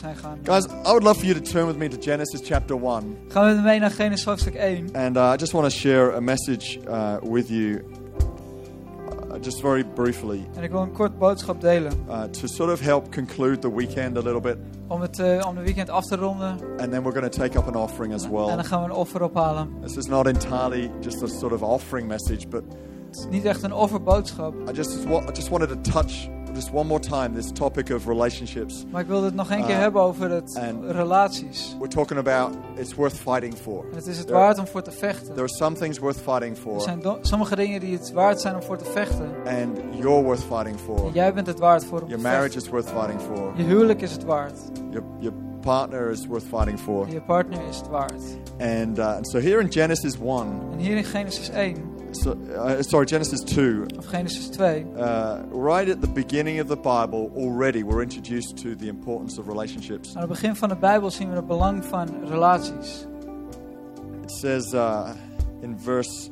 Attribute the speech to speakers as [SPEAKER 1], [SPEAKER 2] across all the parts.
[SPEAKER 1] zijn gaan. eh,
[SPEAKER 2] Guys, I would love for you to turn with me to Genesis chapter 1.
[SPEAKER 1] Gaan we mee naar Genesis hoofdstuk 1.
[SPEAKER 2] And uh, I just want to share a message uh, with you, uh, just very briefly,
[SPEAKER 1] En ik wil een kort boodschap delen.
[SPEAKER 2] uh, to sort of help conclude the weekend a little bit.
[SPEAKER 1] Om het eh, om de weekend af te ronden.
[SPEAKER 2] And then we're going to take up an offering as
[SPEAKER 1] En
[SPEAKER 2] well.
[SPEAKER 1] dan gaan we een offer ophalen.
[SPEAKER 2] This is not entirely just a sort of offering message, but
[SPEAKER 1] Het is niet echt een offerboodschap.
[SPEAKER 2] I just, wa- I just wanted to touch just one more time this topic of relationships.
[SPEAKER 1] Maar ik wilde het nog één keer
[SPEAKER 2] Ah,
[SPEAKER 1] hebben over het
[SPEAKER 2] en-
[SPEAKER 1] relaties.
[SPEAKER 2] We're talking about it's worth fighting for.
[SPEAKER 1] En het is het
[SPEAKER 2] There-
[SPEAKER 1] waard om voor te vechten.
[SPEAKER 2] There are some things worth fighting
[SPEAKER 1] Er
[SPEAKER 2] for,
[SPEAKER 1] zijn do- sommige dingen die het waard zijn om voor te vechten.
[SPEAKER 2] and you're worth fighting
[SPEAKER 1] En
[SPEAKER 2] for.
[SPEAKER 1] jij bent het waard voor om
[SPEAKER 2] Your
[SPEAKER 1] te
[SPEAKER 2] marriage
[SPEAKER 1] vechten.
[SPEAKER 2] is worth fighting for.
[SPEAKER 1] Je huwelijk is het waard.
[SPEAKER 2] Your, your partner is worth fighting for.
[SPEAKER 1] En je partner is het waard.
[SPEAKER 2] And, uh, and so here in Genesis 1,
[SPEAKER 1] En hier in Genesis 1
[SPEAKER 2] so, uh, sorry, Genesis 2,
[SPEAKER 1] of Genesis 2
[SPEAKER 2] uh, right at the beginning of the Bible, already we're introduced to the importance of relationships.
[SPEAKER 1] Aan het begin van de Bijbel zien we het belang van relaties.
[SPEAKER 2] It says uh, in verse,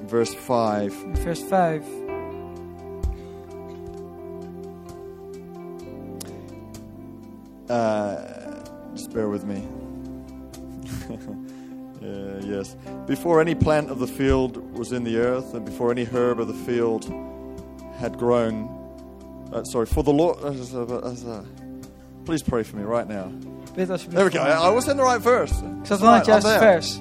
[SPEAKER 2] in verse 5,
[SPEAKER 1] In vers 5.
[SPEAKER 2] uh, just bear with me. Uh, yes. Before any plant of the field was in the earth, and before any herb of the field had grown, uh, sorry, for the Lord. uh, uh, uh, please pray for me right now.
[SPEAKER 1] Bid alsjeblieft.
[SPEAKER 2] There we go.
[SPEAKER 1] voor
[SPEAKER 2] I
[SPEAKER 1] mij.
[SPEAKER 2] was in the right verse.
[SPEAKER 1] Ik zat
[SPEAKER 2] It's
[SPEAKER 1] wel aan het
[SPEAKER 2] right, I'm
[SPEAKER 1] juiste
[SPEAKER 2] there.
[SPEAKER 1] vers.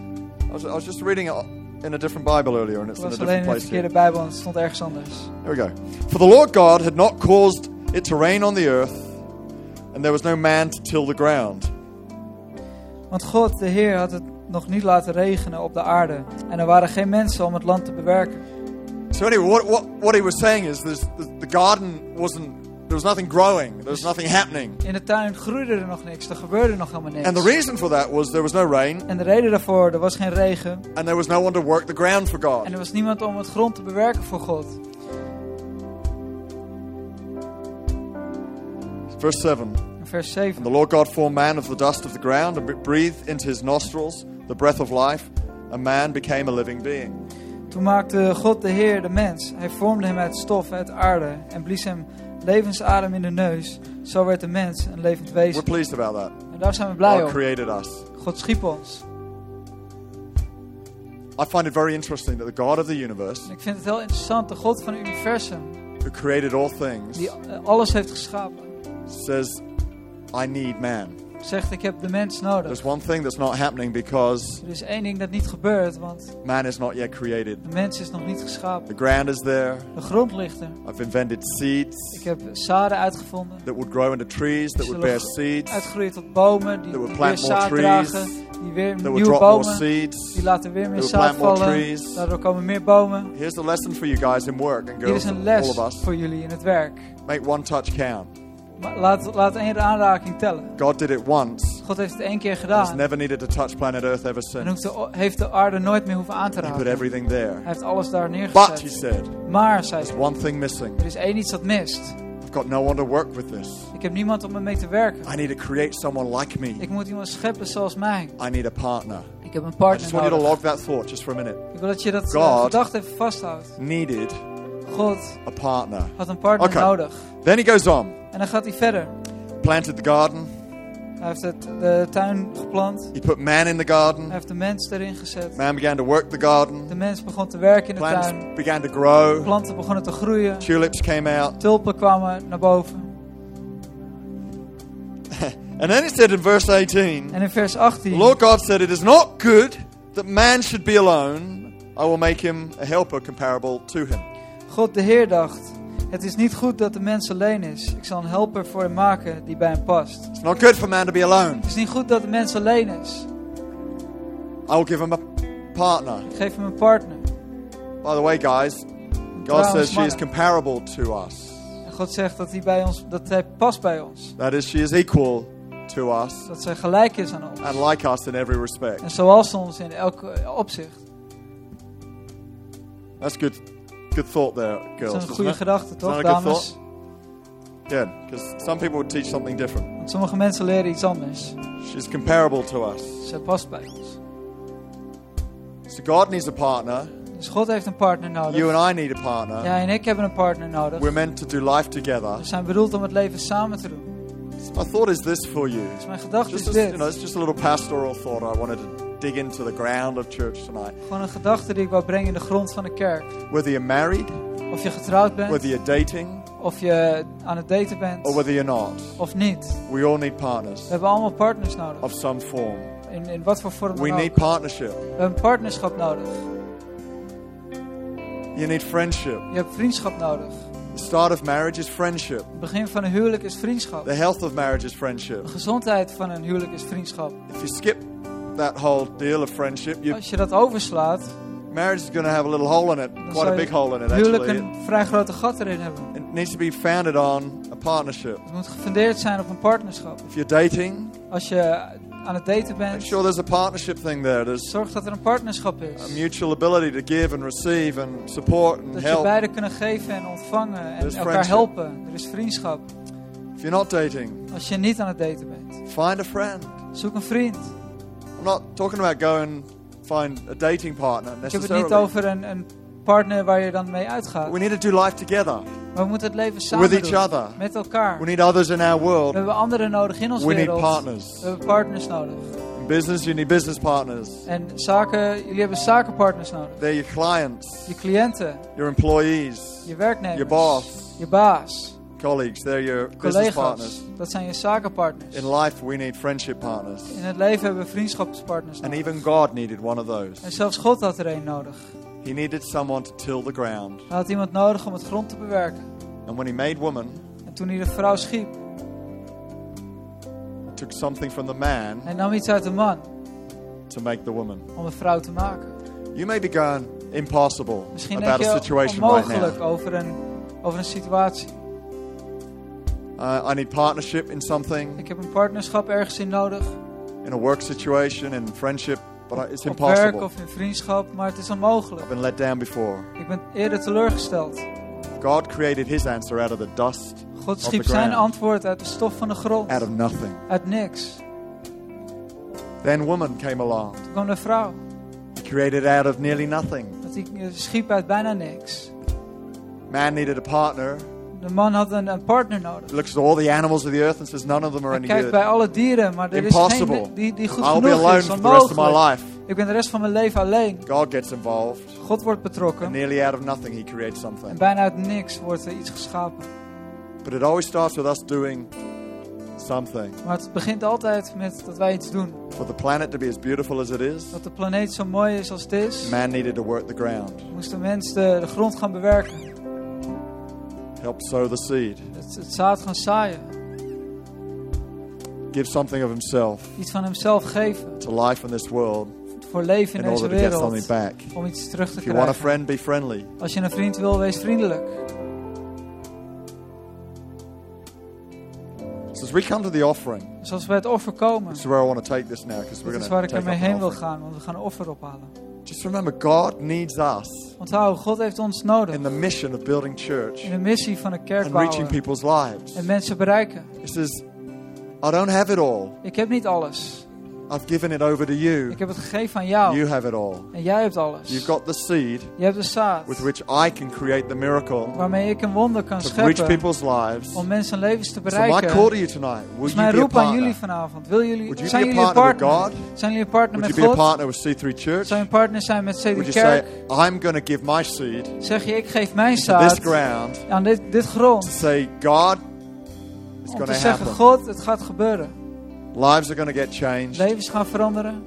[SPEAKER 2] I was, I was just reading it in a different Bible earlier, and it's
[SPEAKER 1] Het
[SPEAKER 2] in
[SPEAKER 1] was
[SPEAKER 2] a different
[SPEAKER 1] alleen in de
[SPEAKER 2] place.
[SPEAKER 1] verkeerde
[SPEAKER 2] Here.
[SPEAKER 1] Bijbel en het stond ergens anders.
[SPEAKER 2] There we go. For the Lord God had not caused it to rain on the earth, and there was no man to till the ground.
[SPEAKER 1] Want God, de Heer, had het nog niet laten regenen op de aarde. En er waren geen mensen om het land te bewerken.
[SPEAKER 2] So anyway, what, what, what he was saying is this, the, the garden wasn't, there was nothing growing, there was nothing happening.
[SPEAKER 1] In de tuin groeide er nog niks, er gebeurde nog helemaal niks.
[SPEAKER 2] And the reason for that was there was no rain,
[SPEAKER 1] En de reden daarvoor, er was geen regen.
[SPEAKER 2] and there was no one to work the ground for
[SPEAKER 1] En
[SPEAKER 2] God.
[SPEAKER 1] er was niemand om het grond te bewerken voor God.
[SPEAKER 2] Verse 7
[SPEAKER 1] In vers
[SPEAKER 2] And
[SPEAKER 1] 7.
[SPEAKER 2] the Lord God formed man of the dust of the ground and breathed into his nostrils the breath of life, and man became a living being.
[SPEAKER 1] Toen maakte God de Heer de mens. Hij vormde hem uit stof, uit aarde. En blies hem levensadem in de neus. Zo werd de mens een levend
[SPEAKER 2] We're
[SPEAKER 1] wezen.
[SPEAKER 2] pleased about that.
[SPEAKER 1] En daar zijn we blij
[SPEAKER 2] God
[SPEAKER 1] om.
[SPEAKER 2] created us.
[SPEAKER 1] God schiep ons.
[SPEAKER 2] I find it very interesting that the God of the universe,
[SPEAKER 1] En ik vind het heel interessant. De God van het universum,
[SPEAKER 2] who created all things,
[SPEAKER 1] die eh, alles heeft geschapen,
[SPEAKER 2] says, I need man.
[SPEAKER 1] zegt ik heb de mens nodig.
[SPEAKER 2] There's one thing that's not happening because
[SPEAKER 1] Er is één ding dat niet gebeurt, want
[SPEAKER 2] man is not yet created.
[SPEAKER 1] de mens is nog niet
[SPEAKER 2] The
[SPEAKER 1] geschapen.
[SPEAKER 2] ground is there.
[SPEAKER 1] De grond ligt er.
[SPEAKER 2] I've invented seeds
[SPEAKER 1] Ik heb zaden uitgevonden.
[SPEAKER 2] that would grow into trees, that would
[SPEAKER 1] Zullen
[SPEAKER 2] bear
[SPEAKER 1] gro-
[SPEAKER 2] seeds,
[SPEAKER 1] Uitgroeien tot bomen, die,
[SPEAKER 2] That
[SPEAKER 1] die
[SPEAKER 2] will
[SPEAKER 1] weer
[SPEAKER 2] plant more
[SPEAKER 1] zaad
[SPEAKER 2] trees.
[SPEAKER 1] dragen, die weer
[SPEAKER 2] that would
[SPEAKER 1] nieuwe
[SPEAKER 2] drop more
[SPEAKER 1] bomen
[SPEAKER 2] seeds.
[SPEAKER 1] Die laten weer meer
[SPEAKER 2] They will
[SPEAKER 1] zaad
[SPEAKER 2] plant more
[SPEAKER 1] vallen.
[SPEAKER 2] trees.
[SPEAKER 1] Daardoor komen meer bomen.
[SPEAKER 2] Here's the lesson for you guys in work and
[SPEAKER 1] Hier is
[SPEAKER 2] girls,
[SPEAKER 1] een
[SPEAKER 2] and
[SPEAKER 1] les
[SPEAKER 2] all of us.
[SPEAKER 1] voor jullie in het werk.
[SPEAKER 2] Make one touch count.
[SPEAKER 1] Maar laat, laat één aanraking tellen.
[SPEAKER 2] God did it once.
[SPEAKER 1] God heeft het één keer
[SPEAKER 2] He's
[SPEAKER 1] gedaan.
[SPEAKER 2] never needed to touch planet Earth ever
[SPEAKER 1] En
[SPEAKER 2] since.
[SPEAKER 1] hoeft de, heeft de aarde nooit meer hoeven aan te
[SPEAKER 2] He put
[SPEAKER 1] raken.
[SPEAKER 2] everything
[SPEAKER 1] Hij
[SPEAKER 2] there.
[SPEAKER 1] heeft alles daar
[SPEAKER 2] But, he
[SPEAKER 1] neergezet.
[SPEAKER 2] said,
[SPEAKER 1] Maar, zei
[SPEAKER 2] there's
[SPEAKER 1] hij,
[SPEAKER 2] one thing missing.
[SPEAKER 1] er is één iets dat mist.
[SPEAKER 2] I've got no one to work with this.
[SPEAKER 1] Ik heb niemand om me mee te werken.
[SPEAKER 2] I need to create someone like me.
[SPEAKER 1] Ik moet iemand scheppen zoals mij.
[SPEAKER 2] I need a partner.
[SPEAKER 1] Ik heb een
[SPEAKER 2] I just want you
[SPEAKER 1] partner
[SPEAKER 2] to
[SPEAKER 1] nodig.
[SPEAKER 2] log that thought just for a minute.
[SPEAKER 1] Ik wil dat je dat eh,
[SPEAKER 2] God.
[SPEAKER 1] gedacht even vasthoudt.
[SPEAKER 2] Needed
[SPEAKER 1] God
[SPEAKER 2] a partner.
[SPEAKER 1] had een partner
[SPEAKER 2] Oké.
[SPEAKER 1] nodig.
[SPEAKER 2] Then he goes on.
[SPEAKER 1] En dan gaat hij verder.
[SPEAKER 2] Planted the garden.
[SPEAKER 1] Hij heeft het, de tuin geplant.
[SPEAKER 2] He put man in the
[SPEAKER 1] Hij
[SPEAKER 2] garden.
[SPEAKER 1] heeft de mens erin gezet.
[SPEAKER 2] Man began to work the garden.
[SPEAKER 1] De mens begon te werken in de tuin.
[SPEAKER 2] Plants began to grow.
[SPEAKER 1] Planten begonnen te groeien.
[SPEAKER 2] Tulips came out.
[SPEAKER 1] Tulpen kwamen naar boven.
[SPEAKER 2] And then it said in verse 18
[SPEAKER 1] En in vers
[SPEAKER 2] The
[SPEAKER 1] 18
[SPEAKER 2] Lord God said, It is not good that man should be alone. I will make him a helper comparable to him.
[SPEAKER 1] God de Heer dacht: Het is niet goed dat de mens alleen is. Ik zal een helper voor hem maken die bij hem past.
[SPEAKER 2] It's not good for man to be alone.
[SPEAKER 1] Het is niet goed dat de mens alleen is.
[SPEAKER 2] I will give him a partner.
[SPEAKER 1] Ik geef hem een partner.
[SPEAKER 2] By the way, guys, God
[SPEAKER 1] Trouwens,
[SPEAKER 2] says she is
[SPEAKER 1] mannen.
[SPEAKER 2] comparable to us.
[SPEAKER 1] En God zegt dat hij, bij ons, dat hij past bij ons.
[SPEAKER 2] That is, she is equal to us
[SPEAKER 1] Dat zij gelijk is aan ons.
[SPEAKER 2] and like us in every respect.
[SPEAKER 1] En zoals ons in elke opzicht.
[SPEAKER 2] That's good. Good thought there,
[SPEAKER 1] Dat
[SPEAKER 2] girls.
[SPEAKER 1] is een goede
[SPEAKER 2] Isn't it?
[SPEAKER 1] gedachte, toch,
[SPEAKER 2] not a good
[SPEAKER 1] dames?
[SPEAKER 2] Good, because some people would teach something different.
[SPEAKER 1] Want sommige mensen leren iets anders.
[SPEAKER 2] She's comparable to us.
[SPEAKER 1] Zij past bij ons.
[SPEAKER 2] So God needs a partner.
[SPEAKER 1] Dus God heeft een partner nodig.
[SPEAKER 2] You and I need a partner.
[SPEAKER 1] Ja, en ik heb een partner nodig.
[SPEAKER 2] We're meant to do life
[SPEAKER 1] We
[SPEAKER 2] together.
[SPEAKER 1] zijn bedoeld om het leven samen te doen.
[SPEAKER 2] My thought is this for you.
[SPEAKER 1] Dus mijn gedachte is
[SPEAKER 2] Just as,
[SPEAKER 1] dit.
[SPEAKER 2] you know, it's just a little pastoral thought. I wanted to dig into the ground of church tonight.
[SPEAKER 1] Gewoon een gedachte die ik wou brengen in de grond van de kerk.
[SPEAKER 2] Whether you're married,
[SPEAKER 1] Of je getrouwd
[SPEAKER 2] whether
[SPEAKER 1] bent,
[SPEAKER 2] you're dating,
[SPEAKER 1] of je aan het daten bent,
[SPEAKER 2] or whether you're not,
[SPEAKER 1] of niet.
[SPEAKER 2] we all need
[SPEAKER 1] We
[SPEAKER 2] partners
[SPEAKER 1] hebben allemaal partners nodig.
[SPEAKER 2] of some form.
[SPEAKER 1] In, in wat voor vorm
[SPEAKER 2] We
[SPEAKER 1] dan ook.
[SPEAKER 2] need partnership.
[SPEAKER 1] We hebben een partnerschap nodig.
[SPEAKER 2] You need friendship.
[SPEAKER 1] Je hebt vriendschap nodig.
[SPEAKER 2] The start of marriage is friendship.
[SPEAKER 1] Het begin van een huwelijk is vriendschap.
[SPEAKER 2] The health of marriage is friendship.
[SPEAKER 1] De gezondheid van een huwelijk is vriendschap.
[SPEAKER 2] If you skip that whole deal of friendship, your
[SPEAKER 1] Als je dat overslaat,
[SPEAKER 2] marriage is going to have a little hole in it,
[SPEAKER 1] dan
[SPEAKER 2] quite
[SPEAKER 1] zal
[SPEAKER 2] a big hole in
[SPEAKER 1] je
[SPEAKER 2] it
[SPEAKER 1] huwelijk
[SPEAKER 2] actually.
[SPEAKER 1] een vrij grote gat erin hebben.
[SPEAKER 2] It needs to be founded on a partnership.
[SPEAKER 1] Het moet gefundeerd zijn op een partnerschap.
[SPEAKER 2] If you're dating,
[SPEAKER 1] Als je aan het daten
[SPEAKER 2] make
[SPEAKER 1] bent,
[SPEAKER 2] sure there's a partnership thing there. There's
[SPEAKER 1] zorg dat er een partnerschap
[SPEAKER 2] a
[SPEAKER 1] is.
[SPEAKER 2] mutual ability to give and receive and support and
[SPEAKER 1] Dat je
[SPEAKER 2] help.
[SPEAKER 1] beiden kunnen geven en ontvangen en
[SPEAKER 2] Dus
[SPEAKER 1] elkaar
[SPEAKER 2] friendship.
[SPEAKER 1] helpen. Er is vriendschap.
[SPEAKER 2] If you're not dating,
[SPEAKER 1] Als je niet aan het daten bent,
[SPEAKER 2] find a friend.
[SPEAKER 1] zoek een vriend.
[SPEAKER 2] I'm not talking about go and find a dating partner
[SPEAKER 1] Ik heb het niet
[SPEAKER 2] necessarily.
[SPEAKER 1] over een, een partner waar je dan mee uitgaat.
[SPEAKER 2] We need to do life together
[SPEAKER 1] Maar we moeten het leven samen
[SPEAKER 2] with each
[SPEAKER 1] doen.
[SPEAKER 2] other.
[SPEAKER 1] Met elkaar.
[SPEAKER 2] We need others in our
[SPEAKER 1] We
[SPEAKER 2] world.
[SPEAKER 1] hebben anderen nodig in ons
[SPEAKER 2] We need
[SPEAKER 1] wereld.
[SPEAKER 2] partners.
[SPEAKER 1] We hebben partners nodig.
[SPEAKER 2] In business, you need business partners.
[SPEAKER 1] En zaken, jullie hebben zakenpartners nodig.
[SPEAKER 2] They're your clients,
[SPEAKER 1] Je cliënten,
[SPEAKER 2] your employees,
[SPEAKER 1] je werknemers,
[SPEAKER 2] Je baas.
[SPEAKER 1] je baas,
[SPEAKER 2] colleagues. They're your business partners.
[SPEAKER 1] collega's. Dat zijn je zakenpartners.
[SPEAKER 2] In life, we need friendship partners.
[SPEAKER 1] In het leven hebben we vriendschapspartners
[SPEAKER 2] And
[SPEAKER 1] nodig.
[SPEAKER 2] even God needed one of those.
[SPEAKER 1] En zelfs God had er een nodig.
[SPEAKER 2] He needed someone to till the ground.
[SPEAKER 1] Hij had iemand nodig om het grond te bewerken.
[SPEAKER 2] And when he made woman,
[SPEAKER 1] En toen hij de vrouw schiep,
[SPEAKER 2] he took something from the man
[SPEAKER 1] hij nam iets uit de man
[SPEAKER 2] to make the woman.
[SPEAKER 1] om de vrouw te maken.
[SPEAKER 2] You may be going impossible
[SPEAKER 1] Misschien
[SPEAKER 2] about a
[SPEAKER 1] denk je
[SPEAKER 2] situation right
[SPEAKER 1] onmogelijk
[SPEAKER 2] now.
[SPEAKER 1] over een, over een situatie.
[SPEAKER 2] Uh, I need partnership in something,
[SPEAKER 1] Ik heb een partnerschap ergens in nodig.
[SPEAKER 2] in a work situation, in friendship, but I- it's
[SPEAKER 1] op werk
[SPEAKER 2] impossible.
[SPEAKER 1] of in vriendschap, maar het is
[SPEAKER 2] I've
[SPEAKER 1] onmogelijk.
[SPEAKER 2] been let down before.
[SPEAKER 1] Ik ben eerder teleurgesteld.
[SPEAKER 2] God created his answer out of the dust,
[SPEAKER 1] God
[SPEAKER 2] the
[SPEAKER 1] schiep zijn
[SPEAKER 2] ground.
[SPEAKER 1] antwoord uit de stof van de grond,
[SPEAKER 2] out of nothing.
[SPEAKER 1] uit niks.
[SPEAKER 2] Then woman came along.
[SPEAKER 1] Toen kwam de vrouw,
[SPEAKER 2] He created out of nearly nothing.
[SPEAKER 1] dat hij eh, schiep uit bijna niks.
[SPEAKER 2] Man needed a partner.
[SPEAKER 1] De man had een, een partner nodig.
[SPEAKER 2] Looks at all the animals of the earth and says none of them are
[SPEAKER 1] Hij
[SPEAKER 2] any
[SPEAKER 1] kijkt
[SPEAKER 2] good.
[SPEAKER 1] bij alle dieren, maar er is
[SPEAKER 2] Impossible.
[SPEAKER 1] geen die, die goed
[SPEAKER 2] I'll be
[SPEAKER 1] genoeg
[SPEAKER 2] alone
[SPEAKER 1] is,
[SPEAKER 2] for the rest of my
[SPEAKER 1] onmogelijk.
[SPEAKER 2] life.
[SPEAKER 1] Ik ben de rest van mijn leven alleen.
[SPEAKER 2] God gets involved.
[SPEAKER 1] God wordt
[SPEAKER 2] And
[SPEAKER 1] betrokken
[SPEAKER 2] nearly out of nothing, he creates
[SPEAKER 1] en
[SPEAKER 2] something.
[SPEAKER 1] bijna uit niks wordt er iets geschapen.
[SPEAKER 2] But it always starts with us doing something.
[SPEAKER 1] Maar het begint altijd met dat wij iets doen.
[SPEAKER 2] For the planet to be as beautiful as it is,
[SPEAKER 1] Dat de planeet zo mooi is als het is,
[SPEAKER 2] man needed to work the ground,
[SPEAKER 1] moest de mens de, de grond gaan bewerken.
[SPEAKER 2] help sow the seed,
[SPEAKER 1] Het, het zaad gaan zaaien.
[SPEAKER 2] give something of himself
[SPEAKER 1] Iets van hemzelf geven.
[SPEAKER 2] to life in this world
[SPEAKER 1] Voor leven in
[SPEAKER 2] in
[SPEAKER 1] deze
[SPEAKER 2] order to get something
[SPEAKER 1] wereld.
[SPEAKER 2] back.
[SPEAKER 1] Om iets terug te
[SPEAKER 2] If you want a
[SPEAKER 1] krijgen.
[SPEAKER 2] friend, be friendly.
[SPEAKER 1] Als je een vriend wil, wees vriendelijk.
[SPEAKER 2] So as we come to the offering,
[SPEAKER 1] Dus als we bij het offer komen,
[SPEAKER 2] this is where I want to take this now because we're
[SPEAKER 1] dit
[SPEAKER 2] going
[SPEAKER 1] is waar
[SPEAKER 2] to
[SPEAKER 1] ik
[SPEAKER 2] take
[SPEAKER 1] ermee
[SPEAKER 2] up
[SPEAKER 1] heen
[SPEAKER 2] an
[SPEAKER 1] wil
[SPEAKER 2] offering.
[SPEAKER 1] gaan. Want we gaan een offer ophalen.
[SPEAKER 2] Just remember, God needs us
[SPEAKER 1] Onthoud, God heeft ons nodig.
[SPEAKER 2] in the mission of building church
[SPEAKER 1] In de missie van een kerk
[SPEAKER 2] and reaching
[SPEAKER 1] bouwen.
[SPEAKER 2] people's lives.
[SPEAKER 1] En mensen bereiken.
[SPEAKER 2] He says, I don't have it all.
[SPEAKER 1] Ik heb niet alles.
[SPEAKER 2] I've given it over to you.
[SPEAKER 1] Ik heb het gegeven aan jou.
[SPEAKER 2] You have it all.
[SPEAKER 1] En jij hebt alles.
[SPEAKER 2] You've got the seed
[SPEAKER 1] Je hebt de zaad.
[SPEAKER 2] with which I can create the miracle
[SPEAKER 1] Waarmee ik een wonder kan
[SPEAKER 2] to reach
[SPEAKER 1] scheppen.
[SPEAKER 2] people's lives.
[SPEAKER 1] Om mensen levens te
[SPEAKER 2] So my call
[SPEAKER 1] bereiken.
[SPEAKER 2] to you tonight, will
[SPEAKER 1] Dus
[SPEAKER 2] you
[SPEAKER 1] mijn
[SPEAKER 2] be a
[SPEAKER 1] roep aan
[SPEAKER 2] partner?
[SPEAKER 1] jullie vanavond. Wil jullie,
[SPEAKER 2] Would you
[SPEAKER 1] zijn
[SPEAKER 2] be a
[SPEAKER 1] jullie een
[SPEAKER 2] partner
[SPEAKER 1] partner?
[SPEAKER 2] with
[SPEAKER 1] Zijn jullie een partner
[SPEAKER 2] Would you
[SPEAKER 1] met
[SPEAKER 2] be a
[SPEAKER 1] God?
[SPEAKER 2] partner with C3
[SPEAKER 1] Zou je
[SPEAKER 2] Church?
[SPEAKER 1] een partner zijn met CD
[SPEAKER 2] Would you
[SPEAKER 1] Kerk?
[SPEAKER 2] say, I'm going to give my seed to
[SPEAKER 1] Zeg je, ik geef mijn
[SPEAKER 2] this
[SPEAKER 1] zaad
[SPEAKER 2] ground
[SPEAKER 1] aan dit, dit
[SPEAKER 2] to
[SPEAKER 1] grond.
[SPEAKER 2] say, God, it's
[SPEAKER 1] Om te
[SPEAKER 2] going to
[SPEAKER 1] zeggen,
[SPEAKER 2] happen.
[SPEAKER 1] God, het gaat gebeuren.
[SPEAKER 2] Lives are going to get changed.
[SPEAKER 1] Levens gaan veranderen.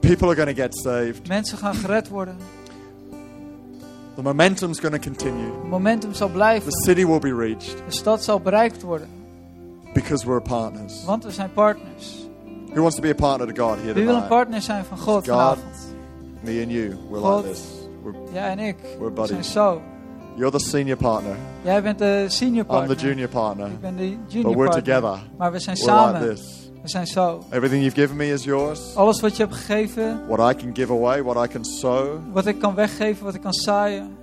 [SPEAKER 2] People are going to get saved.
[SPEAKER 1] Mensen gaan gered worden.
[SPEAKER 2] The momentum's going to continue.
[SPEAKER 1] Het momentum zal
[SPEAKER 2] The
[SPEAKER 1] blijven.
[SPEAKER 2] city will be reached
[SPEAKER 1] De stad zal bereikt worden.
[SPEAKER 2] because we're partners.
[SPEAKER 1] Want we zijn partners.
[SPEAKER 2] Who wants to be a partner to God here
[SPEAKER 1] Wie wil een
[SPEAKER 2] tonight?
[SPEAKER 1] partner zijn van God
[SPEAKER 2] God.
[SPEAKER 1] vanavond?
[SPEAKER 2] Me and you, we're
[SPEAKER 1] God.
[SPEAKER 2] like this. We're,
[SPEAKER 1] Jij en ik.
[SPEAKER 2] we're
[SPEAKER 1] We zijn
[SPEAKER 2] buddies.
[SPEAKER 1] zo.
[SPEAKER 2] You're the senior partner.
[SPEAKER 1] Jij bent de senior
[SPEAKER 2] I'm the
[SPEAKER 1] partner.
[SPEAKER 2] junior partner.
[SPEAKER 1] Ik ben de
[SPEAKER 2] But
[SPEAKER 1] junior
[SPEAKER 2] we're
[SPEAKER 1] partner.
[SPEAKER 2] together.
[SPEAKER 1] Maar we zijn
[SPEAKER 2] We're like
[SPEAKER 1] samen.
[SPEAKER 2] this.
[SPEAKER 1] We zijn zo.
[SPEAKER 2] Everything you've given me is yours.
[SPEAKER 1] Alles wat je hebt gegeven,
[SPEAKER 2] What I can give away, what I can sow
[SPEAKER 1] wat ik kan weggeven, wat ik kan zaaien.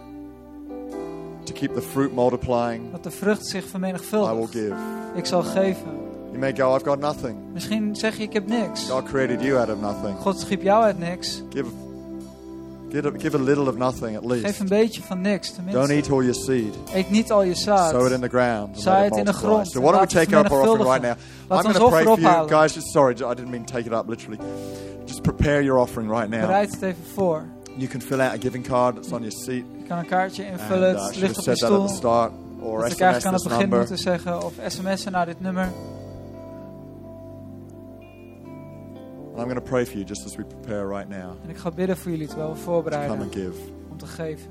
[SPEAKER 2] to keep the fruit multiplying,
[SPEAKER 1] Dat de vrucht zich
[SPEAKER 2] I will
[SPEAKER 1] vermenigvuldigt.
[SPEAKER 2] give.
[SPEAKER 1] Ik zal geven.
[SPEAKER 2] You may go, I've got nothing.
[SPEAKER 1] Misschien zeg je ik heb niks.
[SPEAKER 2] God created you out of nothing.
[SPEAKER 1] God schiep jou uit niks.
[SPEAKER 2] Give Give a, give a little of nothing at
[SPEAKER 1] Geef
[SPEAKER 2] least.
[SPEAKER 1] een beetje van niks,
[SPEAKER 2] Don't
[SPEAKER 1] tenminste.
[SPEAKER 2] eat all your seed.
[SPEAKER 1] Eet niet al je
[SPEAKER 2] Sow it in
[SPEAKER 1] zaad.
[SPEAKER 2] the ground. and
[SPEAKER 1] Zaai
[SPEAKER 2] let it
[SPEAKER 1] het in de
[SPEAKER 2] multiply.
[SPEAKER 1] grond
[SPEAKER 2] So
[SPEAKER 1] en
[SPEAKER 2] why don't we
[SPEAKER 1] laat het
[SPEAKER 2] take up our offering right now?
[SPEAKER 1] vermenigvuldigen.
[SPEAKER 2] I'm
[SPEAKER 1] Laat
[SPEAKER 2] going
[SPEAKER 1] ons
[SPEAKER 2] to pray
[SPEAKER 1] offer
[SPEAKER 2] for you.
[SPEAKER 1] ophalen.
[SPEAKER 2] Guys, just- sorry, I didn't mean take it up literally. Just prepare your offering right now.
[SPEAKER 1] Bereid het even voor.
[SPEAKER 2] You can fill out a giving card that's on your seat.
[SPEAKER 1] Je kan een kaartje
[SPEAKER 2] And,
[SPEAKER 1] invullen, het
[SPEAKER 2] uh, I should have
[SPEAKER 1] ligt op je
[SPEAKER 2] said that at the
[SPEAKER 1] stoel.
[SPEAKER 2] start. Or
[SPEAKER 1] Dat ik eigenlijk aan het
[SPEAKER 2] SMS this
[SPEAKER 1] begin
[SPEAKER 2] dus number.
[SPEAKER 1] moeten zeggen. Of sms'en naar dit nummer.
[SPEAKER 2] And I'm going to pray for you just as we prepare right now
[SPEAKER 1] En ik ga bidden voor jullie terwijl we
[SPEAKER 2] to come and
[SPEAKER 1] voorbereiden
[SPEAKER 2] give.
[SPEAKER 1] om te geven.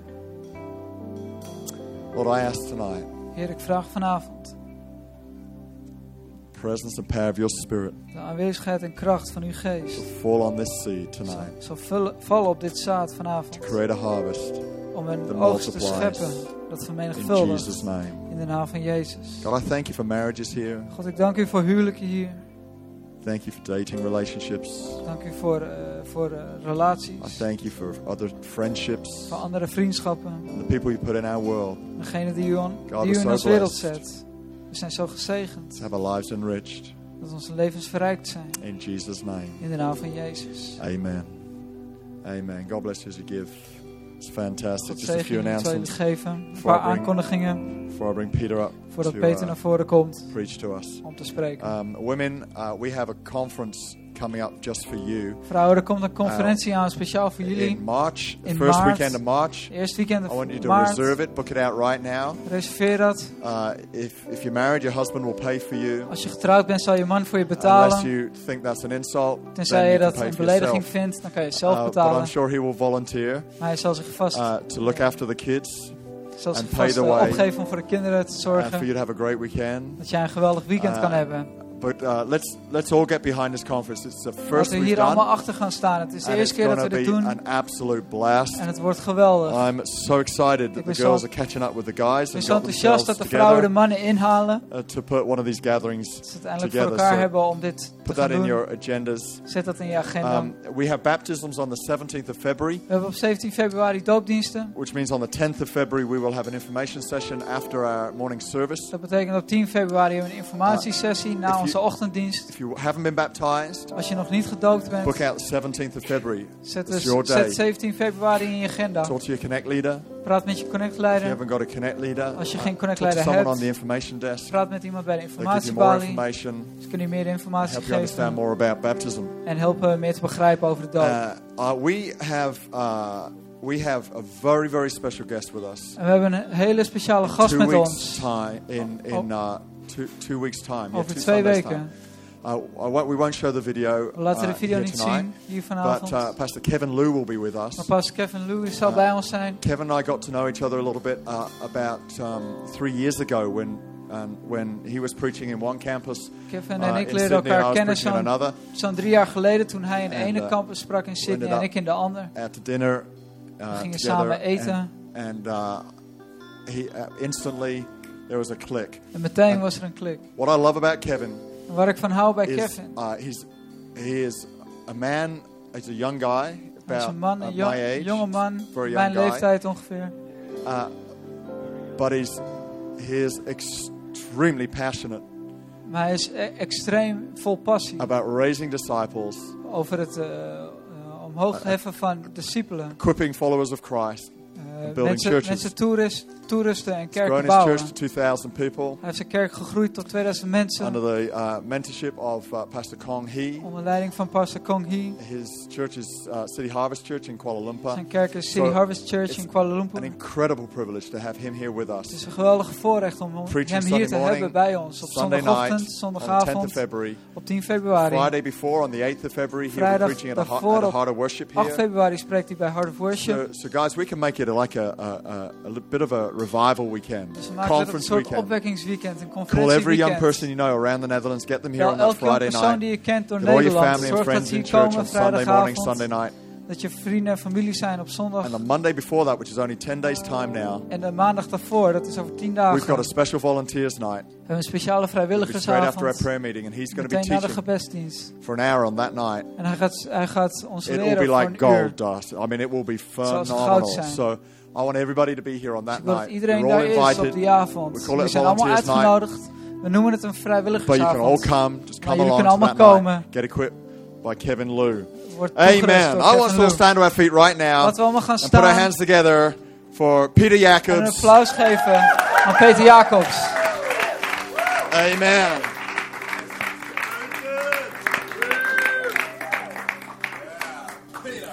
[SPEAKER 2] Lord, I ask tonight,
[SPEAKER 1] Heer, ik vraag vanavond
[SPEAKER 2] presence and power of your spirit
[SPEAKER 1] de aanwezigheid en kracht van uw
[SPEAKER 2] will
[SPEAKER 1] geest.
[SPEAKER 2] fall on this seed
[SPEAKER 1] Zal,
[SPEAKER 2] tonight
[SPEAKER 1] zal vullen- vallen op dit zaad
[SPEAKER 2] to
[SPEAKER 1] vanavond.
[SPEAKER 2] create a harvest
[SPEAKER 1] Om een
[SPEAKER 2] that
[SPEAKER 1] oogst te
[SPEAKER 2] multiplies
[SPEAKER 1] scheppen. Dat
[SPEAKER 2] in
[SPEAKER 1] vermenigvuldigt
[SPEAKER 2] Jesus' name.
[SPEAKER 1] in de naam van Jezus.
[SPEAKER 2] God, I thank you for marriages here.
[SPEAKER 1] God, ik dank u voor huwelijken hier.
[SPEAKER 2] Thank you for dating relationships.
[SPEAKER 1] Dank u voor, eh, voor eh,
[SPEAKER 2] I
[SPEAKER 1] relaties.
[SPEAKER 2] thank you for other friendships.
[SPEAKER 1] Voor andere vriendschappen.
[SPEAKER 2] The people you put in our world
[SPEAKER 1] Degene die u, on-
[SPEAKER 2] God
[SPEAKER 1] die
[SPEAKER 2] is
[SPEAKER 1] u in
[SPEAKER 2] so
[SPEAKER 1] ons wereld
[SPEAKER 2] blessed.
[SPEAKER 1] zet. We zijn zo gezegend
[SPEAKER 2] to have our lives enriched.
[SPEAKER 1] dat onze levens verrijkt zijn.
[SPEAKER 2] In Jesus' name.
[SPEAKER 1] In de naam van Jezus.
[SPEAKER 2] Amen. Amen. God bless you as you give. It's fantastic.
[SPEAKER 1] God
[SPEAKER 2] Just a
[SPEAKER 1] zegen
[SPEAKER 2] few
[SPEAKER 1] jullie terwijl jullie
[SPEAKER 2] announcements
[SPEAKER 1] geven. Een
[SPEAKER 2] Vooral
[SPEAKER 1] paar
[SPEAKER 2] brengen.
[SPEAKER 1] aankondigingen
[SPEAKER 2] before I bring Peter up
[SPEAKER 1] voordat
[SPEAKER 2] to
[SPEAKER 1] Peter
[SPEAKER 2] uh,
[SPEAKER 1] naar voren komt
[SPEAKER 2] preach to us.
[SPEAKER 1] om te spreken.
[SPEAKER 2] Um, women, uh, we have a conference coming up just for you
[SPEAKER 1] Vrouwen, er komt een conferentie aan speciaal voor
[SPEAKER 2] uh, in
[SPEAKER 1] jullie.
[SPEAKER 2] March, the
[SPEAKER 1] In
[SPEAKER 2] first
[SPEAKER 1] maart.
[SPEAKER 2] weekend of March.
[SPEAKER 1] Eerst weekend
[SPEAKER 2] I want you
[SPEAKER 1] van
[SPEAKER 2] to
[SPEAKER 1] maart.
[SPEAKER 2] reserve it, book it out right now.
[SPEAKER 1] Reserveer dat.
[SPEAKER 2] Uh, if, if you're married, your husband will pay for you.
[SPEAKER 1] Als je getrouwd bent, zal je man voor je
[SPEAKER 2] Uh, Unless
[SPEAKER 1] betalen.
[SPEAKER 2] you think that's an insult,
[SPEAKER 1] Tenzij
[SPEAKER 2] then
[SPEAKER 1] je
[SPEAKER 2] you can
[SPEAKER 1] dat
[SPEAKER 2] pay
[SPEAKER 1] een
[SPEAKER 2] for
[SPEAKER 1] belediging
[SPEAKER 2] yourself.
[SPEAKER 1] vindt, dan kan je zelf
[SPEAKER 2] Uh, but I'm
[SPEAKER 1] betalen.
[SPEAKER 2] sure he will volunteer
[SPEAKER 1] Maar hij zal zich vast,
[SPEAKER 2] uh, to look after the kids
[SPEAKER 1] zal zich
[SPEAKER 2] and
[SPEAKER 1] vast
[SPEAKER 2] pay the
[SPEAKER 1] eh,
[SPEAKER 2] way.
[SPEAKER 1] opgeven om voor de kinderen te
[SPEAKER 2] and for you
[SPEAKER 1] zorgen.
[SPEAKER 2] to have a great weekend.
[SPEAKER 1] Dat jij een geweldig weekend
[SPEAKER 2] Uh,
[SPEAKER 1] kan hebben.
[SPEAKER 2] But uh, let's let's all get behind this conference. It's the first
[SPEAKER 1] Dat we
[SPEAKER 2] we've
[SPEAKER 1] hier allemaal
[SPEAKER 2] done,
[SPEAKER 1] achter gaan staan. Het is de
[SPEAKER 2] and it's
[SPEAKER 1] eerste keer
[SPEAKER 2] going
[SPEAKER 1] dat
[SPEAKER 2] to
[SPEAKER 1] we dit
[SPEAKER 2] be
[SPEAKER 1] doen.
[SPEAKER 2] an absolute blast.
[SPEAKER 1] En het wordt geweldig.
[SPEAKER 2] I'm so excited that
[SPEAKER 1] Ik
[SPEAKER 2] the
[SPEAKER 1] ben zo-
[SPEAKER 2] girls are catching up with the
[SPEAKER 1] Ik
[SPEAKER 2] guys
[SPEAKER 1] ben
[SPEAKER 2] and
[SPEAKER 1] zo enthousiast
[SPEAKER 2] got themselves
[SPEAKER 1] dat de vrouwen de
[SPEAKER 2] together
[SPEAKER 1] mannen inhalen.
[SPEAKER 2] uh, to put one of these gatherings.
[SPEAKER 1] ze het uiteindelijk voor
[SPEAKER 2] Together,
[SPEAKER 1] elkaar
[SPEAKER 2] so
[SPEAKER 1] hebben om dit te
[SPEAKER 2] Put
[SPEAKER 1] gaan
[SPEAKER 2] that in
[SPEAKER 1] doen.
[SPEAKER 2] your agendas.
[SPEAKER 1] Zet dat in je agenda.
[SPEAKER 2] Um, we have baptisms on the 17th of February,
[SPEAKER 1] we hebben op 17 februari doopdiensten.
[SPEAKER 2] which means on the 10th of February we will have an information session after our morning service.
[SPEAKER 1] Dat betekent op 10 februari hebben we een informatiesessie
[SPEAKER 2] uh, if
[SPEAKER 1] na
[SPEAKER 2] you-
[SPEAKER 1] onze ochtenddienst.
[SPEAKER 2] If you haven't been baptized,
[SPEAKER 1] Als je nog niet gedoopt
[SPEAKER 2] book
[SPEAKER 1] bent,
[SPEAKER 2] out the 17th of February.
[SPEAKER 1] zet,
[SPEAKER 2] It's
[SPEAKER 1] dus,
[SPEAKER 2] your day.
[SPEAKER 1] zet 17 februari in je agenda.
[SPEAKER 2] Talk to your Connect leader.
[SPEAKER 1] Praat met je
[SPEAKER 2] If you
[SPEAKER 1] connectleider.
[SPEAKER 2] haven't got a Connect leader,
[SPEAKER 1] Als je geen
[SPEAKER 2] uh, talk to
[SPEAKER 1] connectleider
[SPEAKER 2] someone on the
[SPEAKER 1] hebt,
[SPEAKER 2] information desk.
[SPEAKER 1] praat met iemand bij de
[SPEAKER 2] They'll give you more
[SPEAKER 1] informatiebalie.
[SPEAKER 2] information,
[SPEAKER 1] Ze kunnen je meer informatie
[SPEAKER 2] help you understand
[SPEAKER 1] geven
[SPEAKER 2] more about baptism.
[SPEAKER 1] en helpen meer te begrijpen over de doop.
[SPEAKER 2] Uh, uh, we have uh, we have a very very special guest with us.
[SPEAKER 1] En we hebben een hele speciale gast
[SPEAKER 2] two
[SPEAKER 1] met
[SPEAKER 2] weeks
[SPEAKER 1] ons. Oh.
[SPEAKER 2] time in in uh, two two weeks time. yeah,
[SPEAKER 1] Over
[SPEAKER 2] two
[SPEAKER 1] twee
[SPEAKER 2] Sundays
[SPEAKER 1] weken.
[SPEAKER 2] time. Uh, I won't, we won't show the video.
[SPEAKER 1] We laten
[SPEAKER 2] uh,
[SPEAKER 1] de video
[SPEAKER 2] here
[SPEAKER 1] niet
[SPEAKER 2] tonight,
[SPEAKER 1] zien hier
[SPEAKER 2] But uh,
[SPEAKER 1] vanavond.
[SPEAKER 2] Pastor Kevin Liu will be with us.
[SPEAKER 1] Maar pas Kevin Lewis zal
[SPEAKER 2] Uh,
[SPEAKER 1] bij ons zijn.
[SPEAKER 2] Kevin and I got to know each other a little bit uh, about um, three years ago when. Um, when he was preaching in one campus
[SPEAKER 1] Kevin
[SPEAKER 2] uh,
[SPEAKER 1] en ik
[SPEAKER 2] in
[SPEAKER 1] leerden
[SPEAKER 2] Sydney, I
[SPEAKER 1] elkaar
[SPEAKER 2] was
[SPEAKER 1] kennen
[SPEAKER 2] preaching in
[SPEAKER 1] zo'n
[SPEAKER 2] another.
[SPEAKER 1] zo'n drie jaar geleden toen hij in de
[SPEAKER 2] En,
[SPEAKER 1] ene
[SPEAKER 2] eh,
[SPEAKER 1] campus sprak in Sydney en
[SPEAKER 2] inderdaad.
[SPEAKER 1] ik in de ander.
[SPEAKER 2] at the dinner uh,
[SPEAKER 1] We gingen
[SPEAKER 2] together,
[SPEAKER 1] samen eten
[SPEAKER 2] and, and uh, he uh, instantly there was a click.
[SPEAKER 1] en meteen
[SPEAKER 2] en-
[SPEAKER 1] was er een klik.
[SPEAKER 2] What I love about Kevin
[SPEAKER 1] En waar ik van hou bij
[SPEAKER 2] Eh, is
[SPEAKER 1] Kevin,
[SPEAKER 2] uh, he's he is a man. He's a young guy
[SPEAKER 1] hij is
[SPEAKER 2] about
[SPEAKER 1] een man,
[SPEAKER 2] uh,
[SPEAKER 1] een
[SPEAKER 2] my
[SPEAKER 1] jong,
[SPEAKER 2] age,
[SPEAKER 1] jonge man,
[SPEAKER 2] very
[SPEAKER 1] mijn
[SPEAKER 2] young guy.
[SPEAKER 1] leeftijd ongeveer.
[SPEAKER 2] uh, but he's he is extremely passionate
[SPEAKER 1] Maar hij is e- extreem vol passie
[SPEAKER 2] about raising disciples,
[SPEAKER 1] over het eh, eh, omhoog heffen van discipelen.
[SPEAKER 2] equipping followers of Christ.
[SPEAKER 1] Eh,
[SPEAKER 2] building
[SPEAKER 1] mensen
[SPEAKER 2] churches.
[SPEAKER 1] mensen toerist, toeristen en
[SPEAKER 2] Grown
[SPEAKER 1] kerken
[SPEAKER 2] his
[SPEAKER 1] bouwen.
[SPEAKER 2] church to 2,000 people
[SPEAKER 1] Hij heeft zijn kerk gegroeid tot 2000 mensen
[SPEAKER 2] under the uh, mentorship of uh, Pastor Kong Hee.
[SPEAKER 1] onder leiding van pastor Kong Hee.
[SPEAKER 2] His church is uh, City Harvest Church in Kuala Lumpur.
[SPEAKER 1] Zijn kerk is
[SPEAKER 2] So,
[SPEAKER 1] City Harvest Church in
[SPEAKER 2] it's
[SPEAKER 1] Kuala
[SPEAKER 2] An
[SPEAKER 1] Lumpur.
[SPEAKER 2] incredible privilege to have him here with us.
[SPEAKER 1] Het is een geweldig voorrecht om hem
[SPEAKER 2] Preaching
[SPEAKER 1] hier te
[SPEAKER 2] Sunday morning,
[SPEAKER 1] hebben bij ons. Op
[SPEAKER 2] Sunday night,
[SPEAKER 1] zondagochtend,
[SPEAKER 2] on the 10th
[SPEAKER 1] zondagavond,
[SPEAKER 2] of February.
[SPEAKER 1] op 10 februari.
[SPEAKER 2] Friday before, on the 8th of February, he'll be
[SPEAKER 1] Vrijdag
[SPEAKER 2] preaching at a,
[SPEAKER 1] daarvoor
[SPEAKER 2] heart, at a
[SPEAKER 1] op
[SPEAKER 2] heart of worship
[SPEAKER 1] 8
[SPEAKER 2] here.
[SPEAKER 1] februari spreekt hij bij Hard of Worship.
[SPEAKER 2] So, so guys, we can make it like a, a, a, a li- bit of a revival weekend,
[SPEAKER 1] Dus we maken het een
[SPEAKER 2] conference
[SPEAKER 1] soort
[SPEAKER 2] weekend.
[SPEAKER 1] opwekkingsweekend, een
[SPEAKER 2] Call every young
[SPEAKER 1] conferentieweekend.
[SPEAKER 2] person you know around the Netherlands, get them here
[SPEAKER 1] Bel
[SPEAKER 2] on that
[SPEAKER 1] elke jonge
[SPEAKER 2] Friday
[SPEAKER 1] persoon
[SPEAKER 2] night.
[SPEAKER 1] die je kent door
[SPEAKER 2] Get all your
[SPEAKER 1] Nederland.
[SPEAKER 2] family and
[SPEAKER 1] Zorg dat
[SPEAKER 2] friends
[SPEAKER 1] ze
[SPEAKER 2] in
[SPEAKER 1] hier
[SPEAKER 2] church on
[SPEAKER 1] komen
[SPEAKER 2] Sunday morning,
[SPEAKER 1] vrijdagavond.
[SPEAKER 2] Sunday night.
[SPEAKER 1] Dat je vrienden en familie zijn op zondag.
[SPEAKER 2] And the Monday before that, which is only 10 days' time now,
[SPEAKER 1] En de maandag daarvoor, dat is over 10
[SPEAKER 2] we've
[SPEAKER 1] dagen.
[SPEAKER 2] got a special volunteers night.
[SPEAKER 1] We hebben een speciale
[SPEAKER 2] It'll be straight after our
[SPEAKER 1] vrijwilligersavond.
[SPEAKER 2] prayer meeting, and he's going to be
[SPEAKER 1] Meteen na de
[SPEAKER 2] teaching
[SPEAKER 1] gebedsdienst.
[SPEAKER 2] for an hour on that night.
[SPEAKER 1] En hij gaat, hij gaat ons
[SPEAKER 2] It will be
[SPEAKER 1] leren voor
[SPEAKER 2] like
[SPEAKER 1] een uur.
[SPEAKER 2] gold dust. I mean, it will be
[SPEAKER 1] zal als goud
[SPEAKER 2] phenomenal.
[SPEAKER 1] zijn.
[SPEAKER 2] So I want everybody to be here on that
[SPEAKER 1] Ik wil dat
[SPEAKER 2] night.
[SPEAKER 1] iedereen
[SPEAKER 2] You're all
[SPEAKER 1] daar is op
[SPEAKER 2] invited,
[SPEAKER 1] die avond.
[SPEAKER 2] We call it
[SPEAKER 1] We zijn allemaal
[SPEAKER 2] volunteers night.
[SPEAKER 1] uitgenodigd. We noemen het een
[SPEAKER 2] but you can all
[SPEAKER 1] vrijwilligersavond.
[SPEAKER 2] come. Just
[SPEAKER 1] Maar
[SPEAKER 2] come
[SPEAKER 1] jullie kunnen
[SPEAKER 2] along to that
[SPEAKER 1] allemaal komen.
[SPEAKER 2] night. Get equipped by Kevin Liu.
[SPEAKER 1] wordt toegereikt
[SPEAKER 2] Amen.
[SPEAKER 1] door
[SPEAKER 2] I want
[SPEAKER 1] Kevin
[SPEAKER 2] us to all
[SPEAKER 1] Lou.
[SPEAKER 2] stand to our feet right now
[SPEAKER 1] Laten we allemaal gaan
[SPEAKER 2] and put our
[SPEAKER 1] staan
[SPEAKER 2] hands together for Peter
[SPEAKER 1] en een
[SPEAKER 2] Jacobs.
[SPEAKER 1] applaus geven aan Peter Jacobs.
[SPEAKER 2] Amen.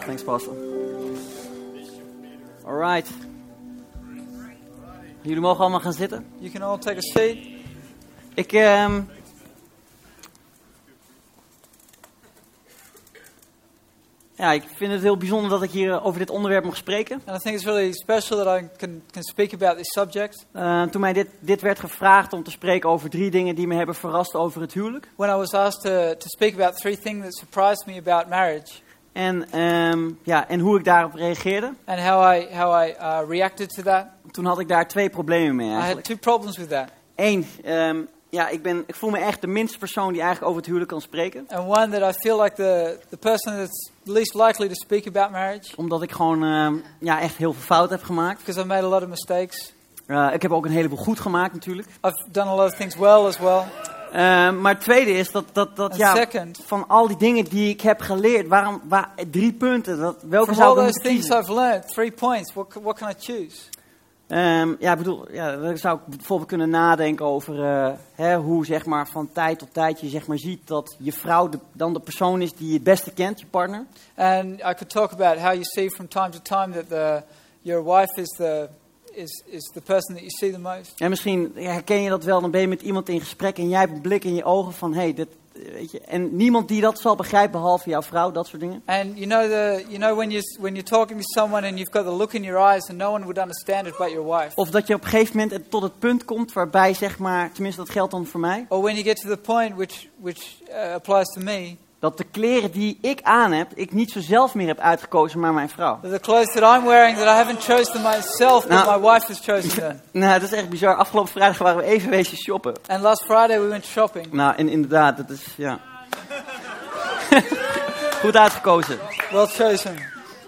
[SPEAKER 3] Thanks, Pastor. Alright. Jullie mogen allemaal gaan zitten.
[SPEAKER 1] You can all take a seat.
[SPEAKER 3] Ik, ehm ja, ik vind het heel bijzonder dat ik hier eh, over dit onderwerp mag spreken.
[SPEAKER 1] And I think it's really special that I can, can speak about this subject.
[SPEAKER 3] Eh, toen mij dit, dit werd gevraagd om te spreken over drie dingen die me hebben verrast over het huwelijk.
[SPEAKER 1] When I was asked to, to speak about three things that surprised me about marriage
[SPEAKER 3] En, ehm, ja, en hoe ik daarop reageerde.
[SPEAKER 1] and how I, how I uh, reacted to that,
[SPEAKER 3] Toen had ik daar twee problemen mee
[SPEAKER 1] I
[SPEAKER 3] eigenlijk.
[SPEAKER 1] had two problems with that.
[SPEAKER 3] Eén, ehm, ja, ik, ben, ik voel me echt de minste persoon die eigenlijk over het huwelijk kan spreken.
[SPEAKER 1] And one that I feel like the, the person that's least likely to speak about marriage
[SPEAKER 3] Omdat ik gewoon ehm, ja, echt heel veel fout heb gemaakt.
[SPEAKER 1] because I've made a lot of mistakes.
[SPEAKER 3] Eh, ik heb ook een heleboel goed gemaakt natuurlijk.
[SPEAKER 1] I've done a lot of things well as well.
[SPEAKER 3] Eh, maar het tweede is dat, dat, dat
[SPEAKER 1] And
[SPEAKER 3] ja,
[SPEAKER 1] second,
[SPEAKER 3] van al die dingen die ik heb geleerd, waarom, waar, drie punten, dat, welke
[SPEAKER 1] from
[SPEAKER 3] zou
[SPEAKER 1] all
[SPEAKER 3] ik
[SPEAKER 1] those
[SPEAKER 3] dan moeten
[SPEAKER 1] things
[SPEAKER 3] kiezen?
[SPEAKER 1] I've learned, three points, what, c- what can I choose?
[SPEAKER 3] Ehm, ja, ik bedoel, ja, dan zou ik bijvoorbeeld kunnen nadenken over eh, hè, hoe zeg maar, van tijd tot tijd je zeg maar, ziet dat je vrouw de- dan de persoon is die je het beste kent, je partner.
[SPEAKER 1] And I could talk about how you see from time to time that the, your wife is the, is, is the person that you see the most.
[SPEAKER 3] En misschien herken je dat wel, dan ben je met iemand in gesprek en jij hebt een blik in je ogen van, hé, dit, eh, weet je. En niemand die dat zal begrijpen, behalve jouw vrouw, dat soort dingen.
[SPEAKER 1] And you know, the, you know when, you, s- when you're talking to someone and you've got the look in your eyes and no one would understand it but your wife.
[SPEAKER 3] Of dat je op een gegeven moment het- tot het punt komt waarbij, zeg maar, tenminste dat geldt dan voor mij,
[SPEAKER 1] Or when you get to the point which, which uh, applies to me,
[SPEAKER 3] dat de kleren die ik aan heb, ik niet zo zelf meer heb uitgekozen, maar mijn vrouw.
[SPEAKER 1] that the clothes that I'm wearing that I haven't chosen myself but
[SPEAKER 3] Now-
[SPEAKER 1] my wife has chosen them.
[SPEAKER 3] Nou, dat is echt bizar. Afgelopen vrijdag waren we even wezen shoppen.
[SPEAKER 1] And last Friday we went shopping.
[SPEAKER 3] Nou, en inderdaad, dat is, ja. Goed uitgekozen.
[SPEAKER 1] Well chosen.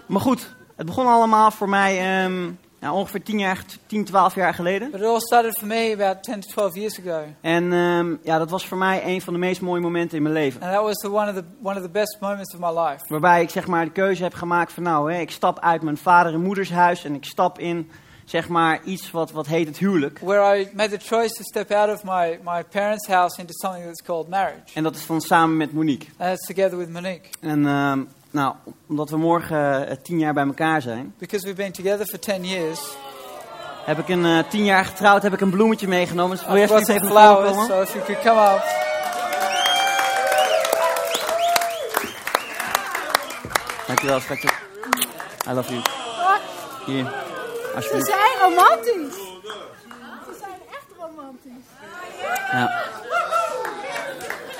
[SPEAKER 3] Maar goed, het begon allemaal voor mij ehm, nou, ongeveer 10, jaar, 10, 12 jaar geleden.
[SPEAKER 1] But it all started for me about 10 to 12 years ago.
[SPEAKER 3] En ehm, ja, dat was voor mij een van de meest mooie momenten in mijn leven.
[SPEAKER 1] And that was the, one, of the, one of the best moments of my life.
[SPEAKER 3] Waarbij ik zeg maar de keuze heb gemaakt van nou, hè, ik stap uit mijn vader en moeders huis en ik stap in zeg maar iets wat, wat heet het huwelijk.
[SPEAKER 1] where I made the choice to step out of my, my parents' house into something that's called marriage.
[SPEAKER 3] En dat is dan samen met Monique.
[SPEAKER 1] And that's together with Monique.
[SPEAKER 3] En ehm, nou, omdat we morgen eh, tien jaar bij elkaar zijn,
[SPEAKER 1] Because we've been together for 10 years,
[SPEAKER 3] heb ik een eh, tien jaar getrouwd, heb ik een bloemetje meegenomen. Dus wil je
[SPEAKER 1] I've
[SPEAKER 3] even
[SPEAKER 1] brought
[SPEAKER 3] iets
[SPEAKER 1] some
[SPEAKER 3] even flauw
[SPEAKER 1] flowers,
[SPEAKER 3] komen?
[SPEAKER 1] so if you could come up.
[SPEAKER 3] Dankjewel, schatje. I love you. Hier,
[SPEAKER 4] Ze
[SPEAKER 3] alsjeblieft.
[SPEAKER 4] zijn romantisch. Ze zijn echt romantisch.
[SPEAKER 3] Ja.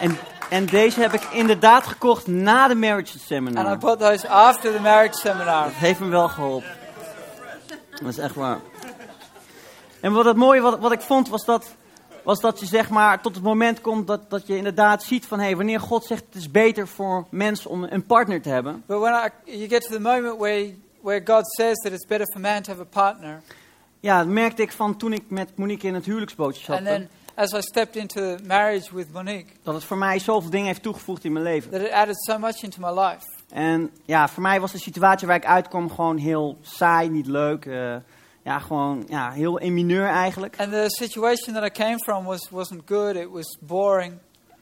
[SPEAKER 3] En, en deze heb ik inderdaad gekocht na de marriage seminar.
[SPEAKER 1] And I bought those after the marriage seminar.
[SPEAKER 3] Het heeft me wel geholpen. Dat is echt waar. En wat het mooie wat, wat ik vond was dat, was dat je zeg maar tot het moment komt dat, dat je inderdaad ziet van hey, wanneer God zegt het is beter voor mensen om een partner te hebben.
[SPEAKER 1] But when I, you get to the moment where, where God says that it's better for man to have a partner,
[SPEAKER 3] Ja, dat merkte ik van toen ik met Monique in het huwelijksbootje zat.
[SPEAKER 1] and then as I stepped into marriage with Monique,
[SPEAKER 3] dat het voor mij zoveel dingen heeft toegevoegd in mijn leven.
[SPEAKER 1] that it added so much into my life.
[SPEAKER 3] En ja, voor mij was de situatie waar ik uitkwam gewoon heel saai, niet leuk. eh, ja, gewoon ja, heel in mineur eigenlijk.
[SPEAKER 1] And the situation that I came from was, wasn't good, it was boring.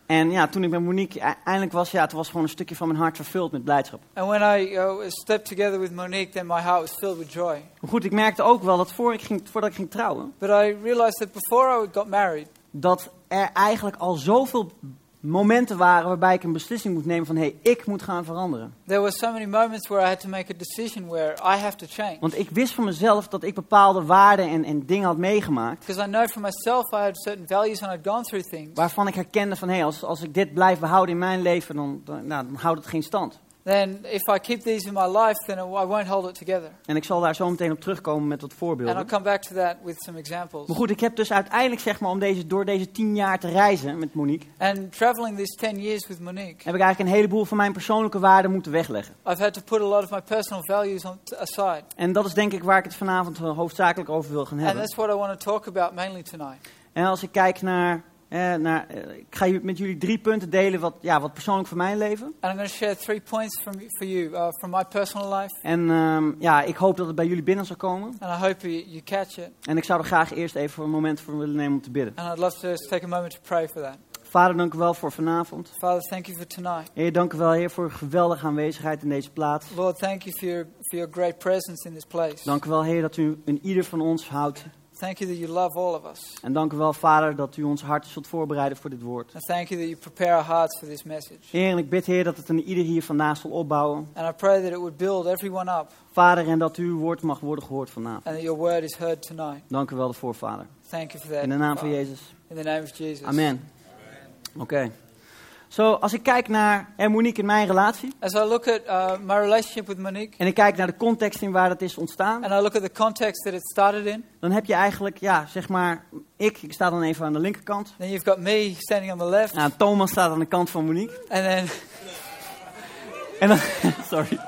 [SPEAKER 3] En ja, toen ik met Monique e- eindelijk was, ja, het was gewoon een stukje van mijn hart vervuld met blijdschap.
[SPEAKER 1] And when I uh, stepped together with Monique, then my heart was filled with joy.
[SPEAKER 3] Maar goed, ik merkte ook wel dat voor ik ging, voordat ik ging trouwen,
[SPEAKER 1] But I realized that before I got married,
[SPEAKER 3] dat er eigenlijk al zoveel momenten waren waarbij ik een beslissing moet nemen van hé, hey, ik moet gaan veranderen.
[SPEAKER 1] there were so many moments where I had to make a decision where I have to change.
[SPEAKER 3] Want ik wist van mezelf dat ik bepaalde waarden en, en dingen had meegemaakt.
[SPEAKER 1] Because I know for myself I had certain values and I'd gone through things.
[SPEAKER 3] Waarvan ik herkende van hé, hey, als, als ik dit blijf behouden in mijn leven, dan, dan, nou, dan houdt het geen stand.
[SPEAKER 1] Then if I keep these in my life, then I won't hold it together.
[SPEAKER 3] En ik zal daar zo meteen op terugkomen met wat
[SPEAKER 1] And I'll
[SPEAKER 3] voorbeelden.
[SPEAKER 1] come back to that with some
[SPEAKER 3] Maar
[SPEAKER 1] examples.
[SPEAKER 3] goed, ik heb dus uiteindelijk, zeg maar, om deze, door deze tien jaar te reizen met Monique,
[SPEAKER 1] And traveling these 10 years with Monique,
[SPEAKER 3] heb ik eigenlijk een heleboel van mijn persoonlijke waarden moeten wegleggen.
[SPEAKER 1] I've had to put a lot of my personal values on t- aside.
[SPEAKER 3] En dat is denk ik waar ik het vanavond eh, hoofdzakelijk over wil gaan
[SPEAKER 1] And
[SPEAKER 3] hebben.
[SPEAKER 1] that's what I want to talk about mainly tonight.
[SPEAKER 3] En als ik kijk naar eh, naar, eh, ik ga ju- met jullie drie punten delen wat, ja, wat persoonlijk voor mijn leven.
[SPEAKER 1] And I'm going to share three points from, for you uh, from my personal life,
[SPEAKER 3] En ehm, ja, ik hoop dat het bij jullie binnen zal komen.
[SPEAKER 1] and I hope you, you catch it.
[SPEAKER 3] En ik zou er graag eerst even een moment voor willen nemen om te bidden.
[SPEAKER 1] And I'd love to take a moment to pray for that.
[SPEAKER 3] Vader, dank u wel voor vanavond.
[SPEAKER 1] Father, thank you for tonight.
[SPEAKER 3] Heer, dank u wel, Heer, voor uw geweldige aanwezigheid in deze plaats.
[SPEAKER 1] Lord, thank you for your, for your great presence in this place.
[SPEAKER 3] Dank u wel, Heer, dat u in ieder van ons houdt.
[SPEAKER 1] Thank you that you love all of us.
[SPEAKER 3] En dank u wel, Vader, dat u ons hart zult voorbereiden voor dit woord.
[SPEAKER 1] And thank you that you prepare our hearts for this message.
[SPEAKER 3] Heer, en ik bid, Heer, dat het in ieder hier vandaag zal opbouwen.
[SPEAKER 1] And I pray that it would build everyone up
[SPEAKER 3] Vader, en dat uw woord mag worden gehoord vanavond.
[SPEAKER 1] and that your word is heard tonight.
[SPEAKER 3] Dank u wel ervoor, Vader.
[SPEAKER 1] Thank you for that.
[SPEAKER 3] In de naam van
[SPEAKER 1] Father.
[SPEAKER 3] Jezus.
[SPEAKER 1] In the name of Jesus.
[SPEAKER 3] Amen. Oké. Zo, als ik kijk naar eh, Monique in mijn relatie.
[SPEAKER 1] As I look at uh, my relationship with Monique
[SPEAKER 3] En ik kijk naar de context in waar dat is ontstaan.
[SPEAKER 1] and I look at the context that it started in,
[SPEAKER 3] Dan heb je eigenlijk, ja, zeg maar, ik, ik sta dan even aan de linkerkant.
[SPEAKER 1] then you've got me standing on the left,
[SPEAKER 3] Nou, Thomas staat aan de kant van Monique.
[SPEAKER 1] and then
[SPEAKER 3] En dan, sorry.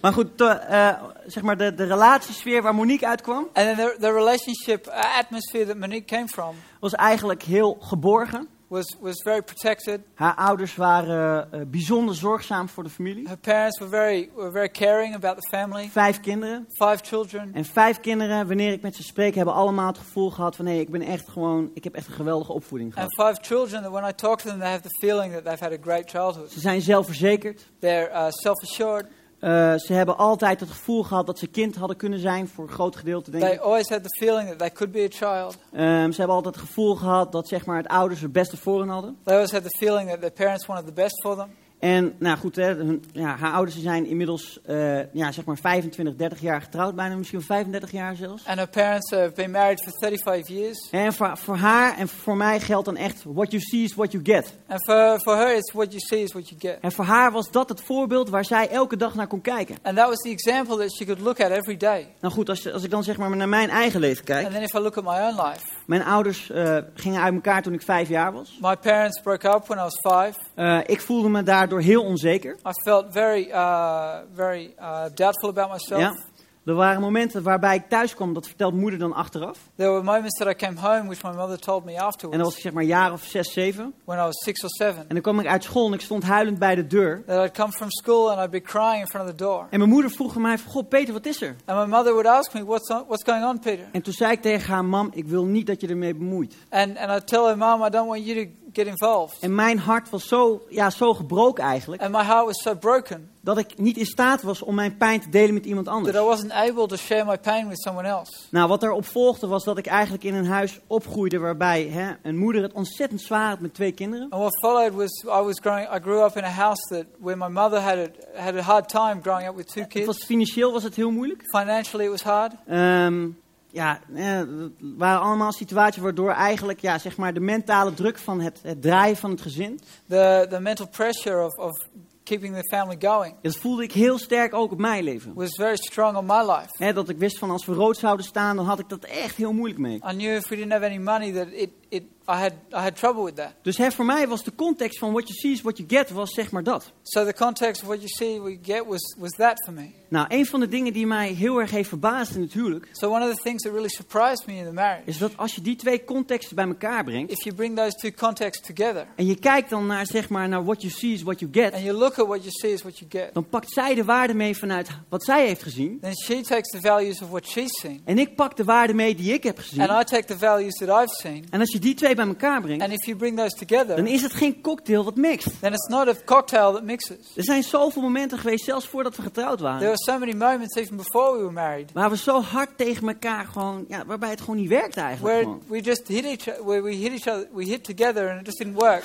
[SPEAKER 3] maar goed, to- eh, zeg maar de, de relatiesfeer waar Monique uitkwam,
[SPEAKER 1] and then the, the relationship uh, atmosphere that Monique came from
[SPEAKER 3] was eigenlijk heel geborgen.
[SPEAKER 1] was was very protected.
[SPEAKER 3] Haar ouders waren eh, bijzonder zorgzaam voor de familie.
[SPEAKER 1] Her parents were very were very caring about the family.
[SPEAKER 3] Vijf kinderen.
[SPEAKER 1] Five children,
[SPEAKER 3] En vijf kinderen, wanneer ik met ze spreek, hebben allemaal het gevoel gehad van... hé, ik ben echt gewoon, ik heb echt een geweldige opvoeding
[SPEAKER 1] and
[SPEAKER 3] gehad.
[SPEAKER 1] five children that when I talk to them, they have the feeling that they've had a great childhood.
[SPEAKER 3] Ze zijn zelfverzekerd.
[SPEAKER 1] They're uh, self-assured.
[SPEAKER 3] Eh, ze hebben altijd het gevoel gehad dat ze kind hadden kunnen zijn, voor een groot gedeelte denk
[SPEAKER 1] They
[SPEAKER 3] ik.
[SPEAKER 1] always had the feeling that they could be a child.
[SPEAKER 3] Ehm, ze hebben altijd het gevoel gehad dat zeg maar, het ouders het beste voor hen hadden.
[SPEAKER 1] They always had the feeling that their parents wanted the best for them.
[SPEAKER 3] En nou goed, hè, hun, ja, haar ouders zijn inmiddels eh, ja, zeg maar 25, 30 jaar getrouwd, bijna misschien wel 35 jaar zelfs.
[SPEAKER 1] And her parents have been married for 35 years.
[SPEAKER 3] En voor, voor haar en voor mij geldt dan echt, what you see is what you get.
[SPEAKER 1] And for, for her, it's what you see is what you get.
[SPEAKER 3] En voor haar was dat het voorbeeld waar zij elke dag naar kon kijken.
[SPEAKER 1] And that was the example that she could look at every day.
[SPEAKER 3] Nou goed, als, als ik dan zeg maar naar mijn eigen leven kijk.
[SPEAKER 1] And then if I look at my own life,
[SPEAKER 3] Mijn ouders eh, gingen uit elkaar toen ik vijf jaar was.
[SPEAKER 1] my parents broke up when I was five.
[SPEAKER 3] Eh, ik voelde me daardoor heel onzeker.
[SPEAKER 1] I felt very, uh, very uh, doubtful about myself.
[SPEAKER 3] Ja. Er waren momenten waarbij ik thuis kwam, dat vertelt moeder dan achteraf.
[SPEAKER 1] There were moments that I came home, which my mother told me
[SPEAKER 3] En
[SPEAKER 1] afterwards,
[SPEAKER 3] dat was ik zeg maar een jaar of zes, zeven.
[SPEAKER 1] when I was six or seven,
[SPEAKER 3] En dan kwam ik uit school en ik stond huilend bij de deur.
[SPEAKER 1] that I'd come from school and I'd be crying in front of the door.
[SPEAKER 3] En mijn moeder vroeg aan mij, van, goh Peter, wat is er?
[SPEAKER 1] And my mother would ask me, what's, on, what's going on, Peter?
[SPEAKER 3] En toen zei ik tegen haar, mam, ik wil niet dat je ermee bemoeit.
[SPEAKER 1] And, and I'd tell her, Mom, I don't want you to get involved.
[SPEAKER 3] En mijn hart was zo, ja, zo gebroken eigenlijk,
[SPEAKER 1] And my heart was so broken
[SPEAKER 3] dat ik niet in staat was om mijn pijn te delen met iemand
[SPEAKER 1] that I
[SPEAKER 3] anders.
[SPEAKER 1] wasn't able to share my pain with someone else.
[SPEAKER 3] Nou, wat daarop volgde was dat ik eigenlijk in een huis opgroeide waarbij hè, een moeder het ontzettend zwaar had met twee kinderen.
[SPEAKER 1] And what followed was I was growing. I grew up in a house that where my mother had a had a hard time growing up with two
[SPEAKER 3] Het
[SPEAKER 1] kids.
[SPEAKER 3] was, financieel was het heel moeilijk.
[SPEAKER 1] Financially, it was hard.
[SPEAKER 3] Ehm, ja, eh, het waren allemaal situaties waardoor eigenlijk ja, zeg maar de mentale druk van het, het draaien van het gezin.
[SPEAKER 1] The the mental pressure of of keeping the family going
[SPEAKER 3] Dat voelde ik heel sterk ook op mijn leven.
[SPEAKER 1] was very strong on my life.
[SPEAKER 3] Hè, dat ik wist van als we rood zouden staan, dan had ik dat echt heel moeilijk mee.
[SPEAKER 1] I knew if we didn't have any money that it it I had I had trouble with that.
[SPEAKER 3] Dus hè, voor mij was de context van what you see is what you get, was zeg maar dat.
[SPEAKER 1] So the context of what you see we get was was that for me.
[SPEAKER 3] Nou, een van de dingen die mij heel erg heeft verbaasd in het huwelijk,
[SPEAKER 1] So one of the things that really surprised me in the marriage,
[SPEAKER 3] is dat als je die twee contexten bij elkaar brengt,
[SPEAKER 1] if you bring those two contexts together
[SPEAKER 3] en je kijkt dan naar zeg maar naar what you see is what you get,
[SPEAKER 1] and you look at what you see is what you get,
[SPEAKER 3] dan pakt zij de waarde mee vanuit wat zij heeft gezien.
[SPEAKER 1] then she takes the values of what she's seen
[SPEAKER 3] En ik pak de waarde mee die ik heb gezien.
[SPEAKER 1] and I take the values that I've seen.
[SPEAKER 3] En als je die twee bij elkaar brengt,
[SPEAKER 1] And if you bring those together,
[SPEAKER 3] dan is het geen cocktail wat mixt.
[SPEAKER 1] then it's not a cocktail that mixes.
[SPEAKER 3] Er zijn zoveel momenten geweest, zelfs voordat we getrouwd
[SPEAKER 1] There
[SPEAKER 3] waren,
[SPEAKER 1] were so many moments, even before we were married,
[SPEAKER 3] waar we zo hard tegen elkaar gewoon, ja, waarbij het gewoon niet werkt eigenlijk.
[SPEAKER 1] where
[SPEAKER 3] Gewoon.
[SPEAKER 1] we just hit each other, where we hit each other, we hit together and it just didn't work.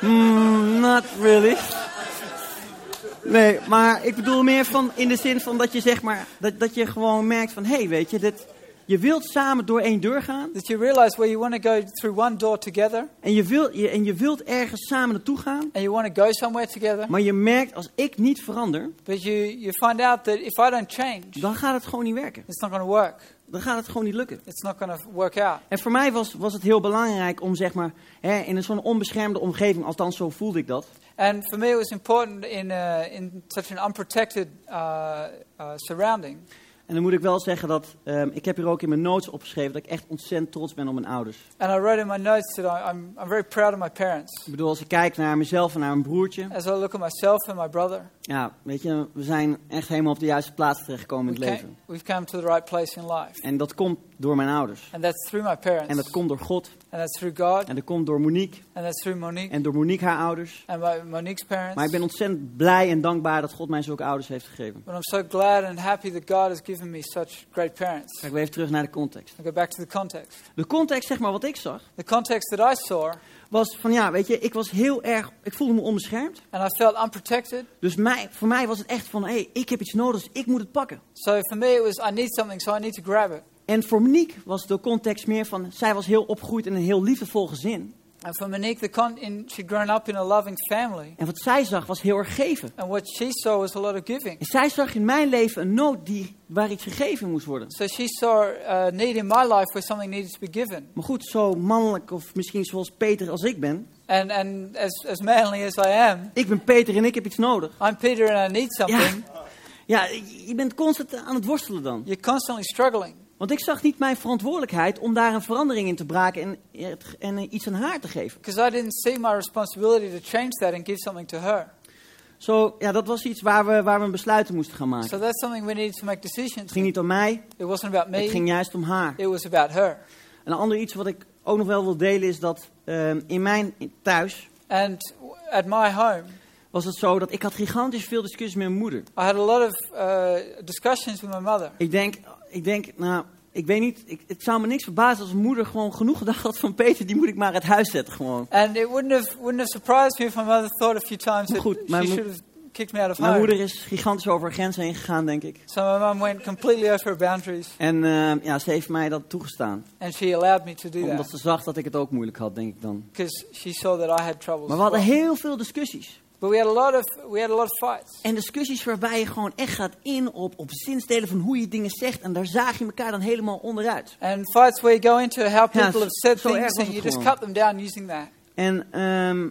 [SPEAKER 3] Mm, not really. Nee, maar ik bedoel meer van in de zin van dat je zeg maar, dat, dat je gewoon merkt van, hé, hey, weet je, dit, je wilt samen door één deur gaan
[SPEAKER 1] That you realize where you want to go through one door together
[SPEAKER 3] en je, wilt je, en je wilt ergens samen naartoe gaan,
[SPEAKER 1] and you want to go somewhere together,
[SPEAKER 3] maar je merkt als ik niet verander,
[SPEAKER 1] but you, you find out that if I don't change,
[SPEAKER 3] dan gaat het gewoon niet werken.
[SPEAKER 1] it's not going to work.
[SPEAKER 3] Dan gaat het gewoon niet lukken.
[SPEAKER 1] It's not going to work out.
[SPEAKER 3] En voor mij was, was het heel belangrijk om zeg maar, hè, in een zo'n onbeschermde omgeving, althans zo voelde ik dat,
[SPEAKER 1] And for me, it was important in, uh, in such an unprotected uh, uh, surrounding
[SPEAKER 3] En dan moet ik wel zeggen dat ehm, ik heb hier ook in mijn notes opgeschreven dat ik echt ontzettend trots ben op mijn ouders.
[SPEAKER 1] And I wrote in my notes that I, I'm, I'm very proud of my parents.
[SPEAKER 3] Ik bedoel, als ik kijk naar mezelf en naar mijn broertje.
[SPEAKER 1] As I look at myself and my brother,
[SPEAKER 3] Ja, weet je, we zijn echt helemaal op de juiste plaats terechtgekomen
[SPEAKER 1] we
[SPEAKER 3] in het
[SPEAKER 1] came,
[SPEAKER 3] leven.
[SPEAKER 1] we've come to the right place in life.
[SPEAKER 3] En dat komt door mijn ouders.
[SPEAKER 1] And that's through my parents.
[SPEAKER 3] En dat komt door God.
[SPEAKER 1] and that's through God.
[SPEAKER 3] En dat komt door Monique.
[SPEAKER 1] and that's through Monique.
[SPEAKER 3] En door Monique haar ouders.
[SPEAKER 1] and my, Monique's parents.
[SPEAKER 3] Maar ik ben ontzettend blij en dankbaar dat God mij zulke ouders heeft gegeven.
[SPEAKER 1] but I'm so glad and happy that God has given me such great parents.
[SPEAKER 3] Kijk weer even terug naar de context.
[SPEAKER 1] I go back to the context.
[SPEAKER 3] De context, zeg maar, wat ik zag,
[SPEAKER 1] The context that I saw,
[SPEAKER 3] was van ja, weet je, ik was heel erg, ik voelde me onbeschermd.
[SPEAKER 1] and I felt unprotected.
[SPEAKER 3] Dus mij, voor mij was het echt van, hé, hey, ik heb iets nodig, dus ik moet het pakken.
[SPEAKER 1] So for me, it was I need something, so I need to grab it.
[SPEAKER 3] En voor Monique was de context meer van, zij was heel opgegroeid in een heel liefdevol gezin.
[SPEAKER 1] And for Monique, the con- in, she'd grown up in a loving family,
[SPEAKER 3] En wat zij zag was heel erg geven.
[SPEAKER 1] and what she saw was a lot of giving.
[SPEAKER 3] En zij zag in mijn leven een nood die, waar iets gegeven moest worden.
[SPEAKER 1] So she saw a need in my life where something needed to be given.
[SPEAKER 3] Maar goed, zo mannelijk of misschien zoals Peter als ik ben.
[SPEAKER 1] And, and as, as manly as I am,
[SPEAKER 3] Ik ben Peter en ik heb iets nodig.
[SPEAKER 1] I'm Peter and I need
[SPEAKER 3] Ja,
[SPEAKER 1] something.
[SPEAKER 3] ja, je je bent constant aan het worstelen dan.
[SPEAKER 1] You're constantly struggling.
[SPEAKER 3] Want ik zag niet mijn verantwoordelijkheid om daar een verandering in te braken en, het- en eh, iets aan haar te geven.
[SPEAKER 1] Because I didn't see my responsibility to change that and give something to her.
[SPEAKER 3] Zo, ja, dat was iets waar we, waar we een besluit in moesten gaan maken.
[SPEAKER 1] So that's something we needed to make
[SPEAKER 3] Het
[SPEAKER 1] decisions.
[SPEAKER 3] ging niet om mij,
[SPEAKER 1] It wasn't about
[SPEAKER 3] het ging
[SPEAKER 1] me,
[SPEAKER 3] juist om haar.
[SPEAKER 1] it was about her.
[SPEAKER 3] Een ander iets wat ik ook nog wel wil delen is dat ehm, in mijn thuis
[SPEAKER 1] And w- at my home,
[SPEAKER 3] was het zo dat ik had gigantisch veel discussies met mijn moeder.
[SPEAKER 1] I had a lot of uh, discussions with my mother.
[SPEAKER 3] Ik denk, ik denk nou, ik weet niet, ik, het zou me niks verbazen als mijn moeder gewoon genoeg gedacht had van Peter, die moet ik maar uit huis zetten gewoon.
[SPEAKER 1] And it wouldn't have, wouldn't have surprised me if my mother thought a few times that
[SPEAKER 3] Goed, mijn
[SPEAKER 1] she
[SPEAKER 3] mo-
[SPEAKER 1] should have kicked me out of
[SPEAKER 3] Mijn
[SPEAKER 1] home.
[SPEAKER 3] moeder is gigantisch over haar grenzen heen gegaan, denk ik.
[SPEAKER 1] So my mum went completely over her boundaries
[SPEAKER 3] En ehm, ja, ze heeft mij dat toegestaan.
[SPEAKER 1] and she allowed me to do
[SPEAKER 3] Omdat
[SPEAKER 1] that
[SPEAKER 3] ze zag dat ik het ook moeilijk had, denk ik dan.
[SPEAKER 1] because she saw that I had troubles.
[SPEAKER 3] Maar
[SPEAKER 1] as
[SPEAKER 3] we hadden
[SPEAKER 1] well.
[SPEAKER 3] heel veel discussies.
[SPEAKER 1] But we had a lot of we had a lot of fights
[SPEAKER 3] En discussies waarbij je gewoon echt gaat in op, op zinsdelen van hoe je dingen zegt. En daar zaag je elkaar dan helemaal onderuit.
[SPEAKER 1] and fights where you go into how
[SPEAKER 3] Ja,
[SPEAKER 1] people have
[SPEAKER 3] zo-
[SPEAKER 1] said
[SPEAKER 3] zo erg
[SPEAKER 1] things
[SPEAKER 3] was
[SPEAKER 1] and
[SPEAKER 3] het
[SPEAKER 1] you just
[SPEAKER 3] gewoon.
[SPEAKER 1] cut them down using that.
[SPEAKER 3] En ehm,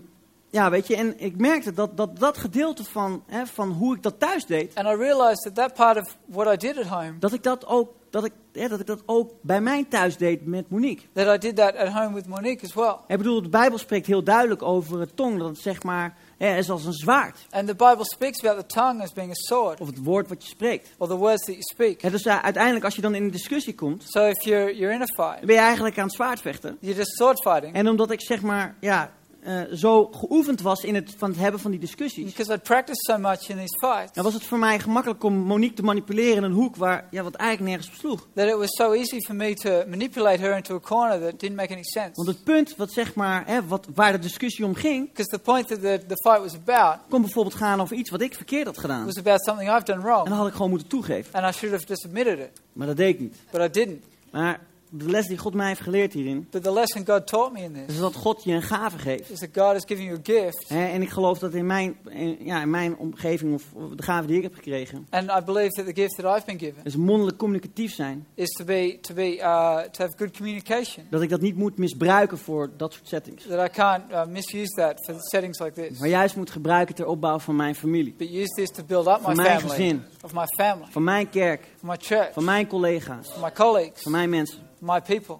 [SPEAKER 3] ja, weet je, en ik merkte dat dat, dat gedeelte van, hè, van hoe ik dat thuis deed,
[SPEAKER 1] And I realized that that part of what I did at home,
[SPEAKER 3] dat ik dat ook, dat ik, hè, dat ik dat ook bij mijn thuis deed met Monique.
[SPEAKER 1] that I did that at home with Monique as well.
[SPEAKER 3] Ik bedoel, de Bijbel spreekt heel duidelijk over het tong. Dat het zeg maar hè, is als een zwaard.
[SPEAKER 1] And the Bible speaks about the tongue as being a sword
[SPEAKER 3] Of het woord wat je spreekt.
[SPEAKER 1] or the words that you speak.
[SPEAKER 3] Hè, dus eh, uiteindelijk, als je dan in een discussie komt,
[SPEAKER 1] So if you're you're in a fight,
[SPEAKER 3] dan ben je eigenlijk aan het zwaardvechten.
[SPEAKER 1] you're just sword fighting.
[SPEAKER 3] En omdat ik zeg maar ja, eh, zo geoefend was in het, van het hebben van die discussies,
[SPEAKER 1] Because I'd practiced so much in these fights
[SPEAKER 3] dan was het voor mij gemakkelijk om Monique te manipuleren in een hoek waar, ja, wat eigenlijk nergens op sloeg.
[SPEAKER 1] that it was so easy for me to manipulate her into a corner that didn't make any sense.
[SPEAKER 3] Want het punt wat, zeg maar, hè, wat, waar de discussie om ging,
[SPEAKER 1] Because the point that the, the fight was about
[SPEAKER 3] kon bijvoorbeeld gaan over iets wat ik verkeerd had gedaan.
[SPEAKER 1] was about something I've done
[SPEAKER 3] En
[SPEAKER 1] wrong,
[SPEAKER 3] dat had ik gewoon moeten toegeven.
[SPEAKER 1] and I should have just admitted it,
[SPEAKER 3] Maar dat deed ik niet.
[SPEAKER 1] but I didn't.
[SPEAKER 3] Maar de les die God mij heeft geleerd hierin,
[SPEAKER 1] But the lesson God taught me in this
[SPEAKER 3] is dat God je een gave geeft.
[SPEAKER 1] is that God is giving you a gift,
[SPEAKER 3] Hè, en ik geloof dat in mijn, in- ja, in mijn omgeving, of of de gave die ik heb gekregen,
[SPEAKER 1] and I believe that the gift that I've been given
[SPEAKER 3] is mondelijk communicatief zijn.
[SPEAKER 1] is to be to be uh, to have good communication.
[SPEAKER 3] Dat ik dat niet moet misbruiken voor dat soort settings.
[SPEAKER 1] That I can't uh, misuse that for settings like this,
[SPEAKER 3] Maar juist moet gebruiken ter opbouw van mijn familie.
[SPEAKER 1] but use this to build up my
[SPEAKER 3] Van mijn
[SPEAKER 1] family,
[SPEAKER 3] gezin.
[SPEAKER 1] of my family,
[SPEAKER 3] Van mijn kerk,
[SPEAKER 1] of my church,
[SPEAKER 3] van mijn collega's,
[SPEAKER 1] of my colleagues,
[SPEAKER 3] van mijn mensen.
[SPEAKER 1] my people.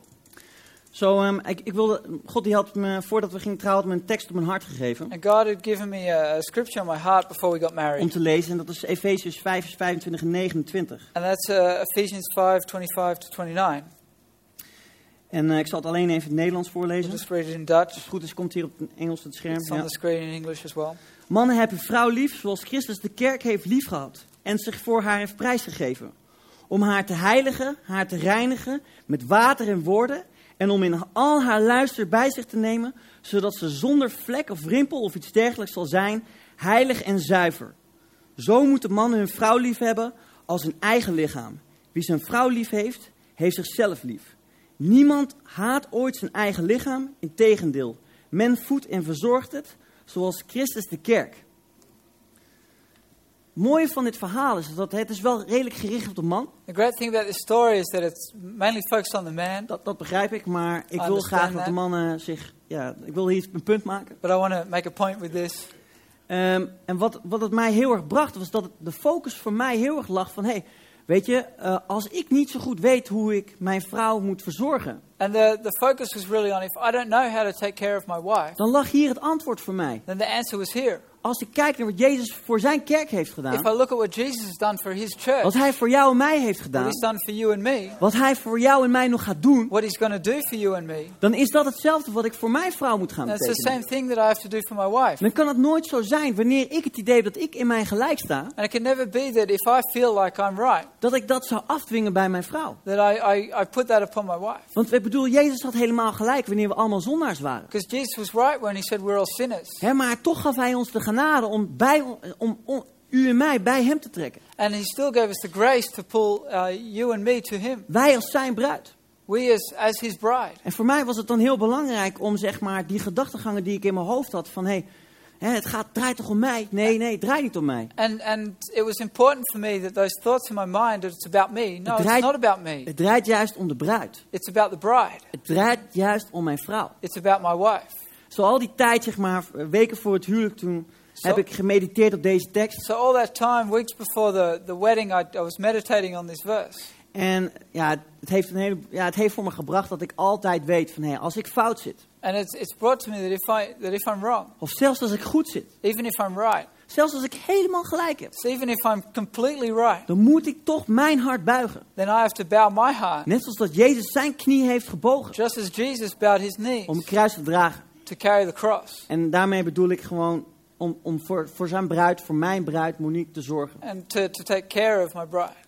[SPEAKER 3] Zo, ehm, ik, ik wilde, God die had me, voordat we gingen trouwen, had me een tekst op mijn hart gegeven.
[SPEAKER 1] And God had given me a, a scripture on my heart before we got
[SPEAKER 3] Om
[SPEAKER 1] married.
[SPEAKER 3] te lezen, en dat is Efeziërs 5, vers 25 en 29.
[SPEAKER 1] And that's uh, Ephesians 5 25 to 29.
[SPEAKER 3] En eh, ik zal het alleen even in het Nederlands
[SPEAKER 1] I'll
[SPEAKER 3] voorlezen. Als
[SPEAKER 1] just read it in Dutch.
[SPEAKER 3] het goed is, komt hier op het Engels op het scherm.
[SPEAKER 1] It's on
[SPEAKER 3] Ja.
[SPEAKER 1] the screen in English as well.
[SPEAKER 3] Mannen, heb uw vrouw lief zoals Christus de kerk heeft liefgehad en zich voor haar heeft prijsgegeven. Om haar te heiligen, haar te reinigen met water en woorden en om in al haar luister bij zich te nemen, zodat ze zonder vlek of rimpel of iets dergelijks zal zijn, heilig en zuiver. Zo moeten mannen hun vrouw lief hebben als hun eigen lichaam. Wie zijn vrouw lief heeft, heeft zichzelf lief. Niemand haat ooit zijn eigen lichaam, integendeel. Men voedt en verzorgt het, zoals Christus de kerk. Het mooie van dit verhaal is dat het is wel redelijk gericht op de man.
[SPEAKER 1] The great thing about this story is that it's mainly focused on the man,
[SPEAKER 3] Dat, dat begrijp ik, maar ik wil
[SPEAKER 1] Understand
[SPEAKER 3] graag dat
[SPEAKER 1] that.
[SPEAKER 3] de mannen zich... Ja, ik wil hier een punt maken.
[SPEAKER 1] but I want to make a point with this.
[SPEAKER 3] Ehm, en wat, wat het mij heel erg bracht, was dat het- de focus voor mij heel erg lag van... Hey, Weet je, eh, als ik niet zo goed weet hoe ik mijn vrouw moet verzorgen,
[SPEAKER 1] And the, the focus was really on if I don't know how to take care of my wife,
[SPEAKER 3] dan lag hier het antwoord voor mij.
[SPEAKER 1] then the answer was here.
[SPEAKER 3] Als ik kijk naar wat Jezus voor zijn kerk heeft
[SPEAKER 1] If I
[SPEAKER 3] gedaan,
[SPEAKER 1] look at what Jesus has done for his church,
[SPEAKER 3] wat hij voor jou en mij heeft
[SPEAKER 1] what
[SPEAKER 3] gedaan,
[SPEAKER 1] he's done for you and me,
[SPEAKER 3] wat hij voor jou en mij nog gaat doen,
[SPEAKER 1] what he's going to do for you and me,
[SPEAKER 3] dan is dat hetzelfde wat ik voor mijn vrouw moet gaan
[SPEAKER 1] and it's the
[SPEAKER 3] betekenen.
[SPEAKER 1] same thing that I have to do for my wife.
[SPEAKER 3] Dan kan het nooit zo zijn, wanneer ik het idee heb dat ik in mijn gelijk sta,
[SPEAKER 1] And it can never be that if I feel like I'm right,
[SPEAKER 3] dat ik dat zou afdwingen bij mijn vrouw.
[SPEAKER 1] that I, I, I put that upon my wife.
[SPEAKER 3] Want ik bedoel, Jezus had helemaal gelijk wanneer we allemaal zondaars waren.
[SPEAKER 1] Because Jesus was right when he said we're all sinners.
[SPEAKER 3] Hè, maar toch gaf hij ons de genade om, bij, om, om u en mij bij hem te trekken.
[SPEAKER 1] And he still gave us the grace to pull uh, you and me to him.
[SPEAKER 3] Wij als zijn bruid.
[SPEAKER 1] We as, as his bride.
[SPEAKER 3] En voor mij was het dan heel belangrijk om zeg maar die gedachtegangen die ik in mijn hoofd had van hé, hè, het gaat, draait toch om mij? Nee, nee, het draait niet om mij.
[SPEAKER 1] And, and it was important for me that those thoughts in my mind that it's about me. No, Nou, it's
[SPEAKER 3] draait-
[SPEAKER 1] not about me.
[SPEAKER 3] Het draait juist om de bruid.
[SPEAKER 1] It's about the bride.
[SPEAKER 3] Het draait juist om mijn vrouw.
[SPEAKER 1] It's about my wife.
[SPEAKER 3] Zo al die tijd, zeg maar, weken voor het huwelijk toen,
[SPEAKER 1] Zo-
[SPEAKER 3] heb ik gemediteerd op deze tekst.
[SPEAKER 1] So all that time, weeks before the, the wedding, I, I was meditating on this verse.
[SPEAKER 3] En ja, het heeft, een hele, ja, het heeft voor me gebracht dat ik altijd weet van hé, als ik fout zit,
[SPEAKER 1] And it's, it's brought to me that if, I, that if I'm wrong,
[SPEAKER 3] of zelfs als ik goed zit,
[SPEAKER 1] even if I'm right,
[SPEAKER 3] zelfs als ik helemaal gelijk heb,
[SPEAKER 1] so even if I'm completely right,
[SPEAKER 3] dan moet ik toch mijn hart buigen.
[SPEAKER 1] then I have to bow my heart,
[SPEAKER 3] Net zoals dat Jezus zijn knie heeft gebogen
[SPEAKER 1] just as Jesus bowed his knees
[SPEAKER 3] om het kruis te dragen.
[SPEAKER 1] to carry the cross.
[SPEAKER 3] En daarmee bedoel ik gewoon om, om voor, voor zijn bruid, voor mijn bruid Monique te zorgen.
[SPEAKER 1] and to, to take care of my bride.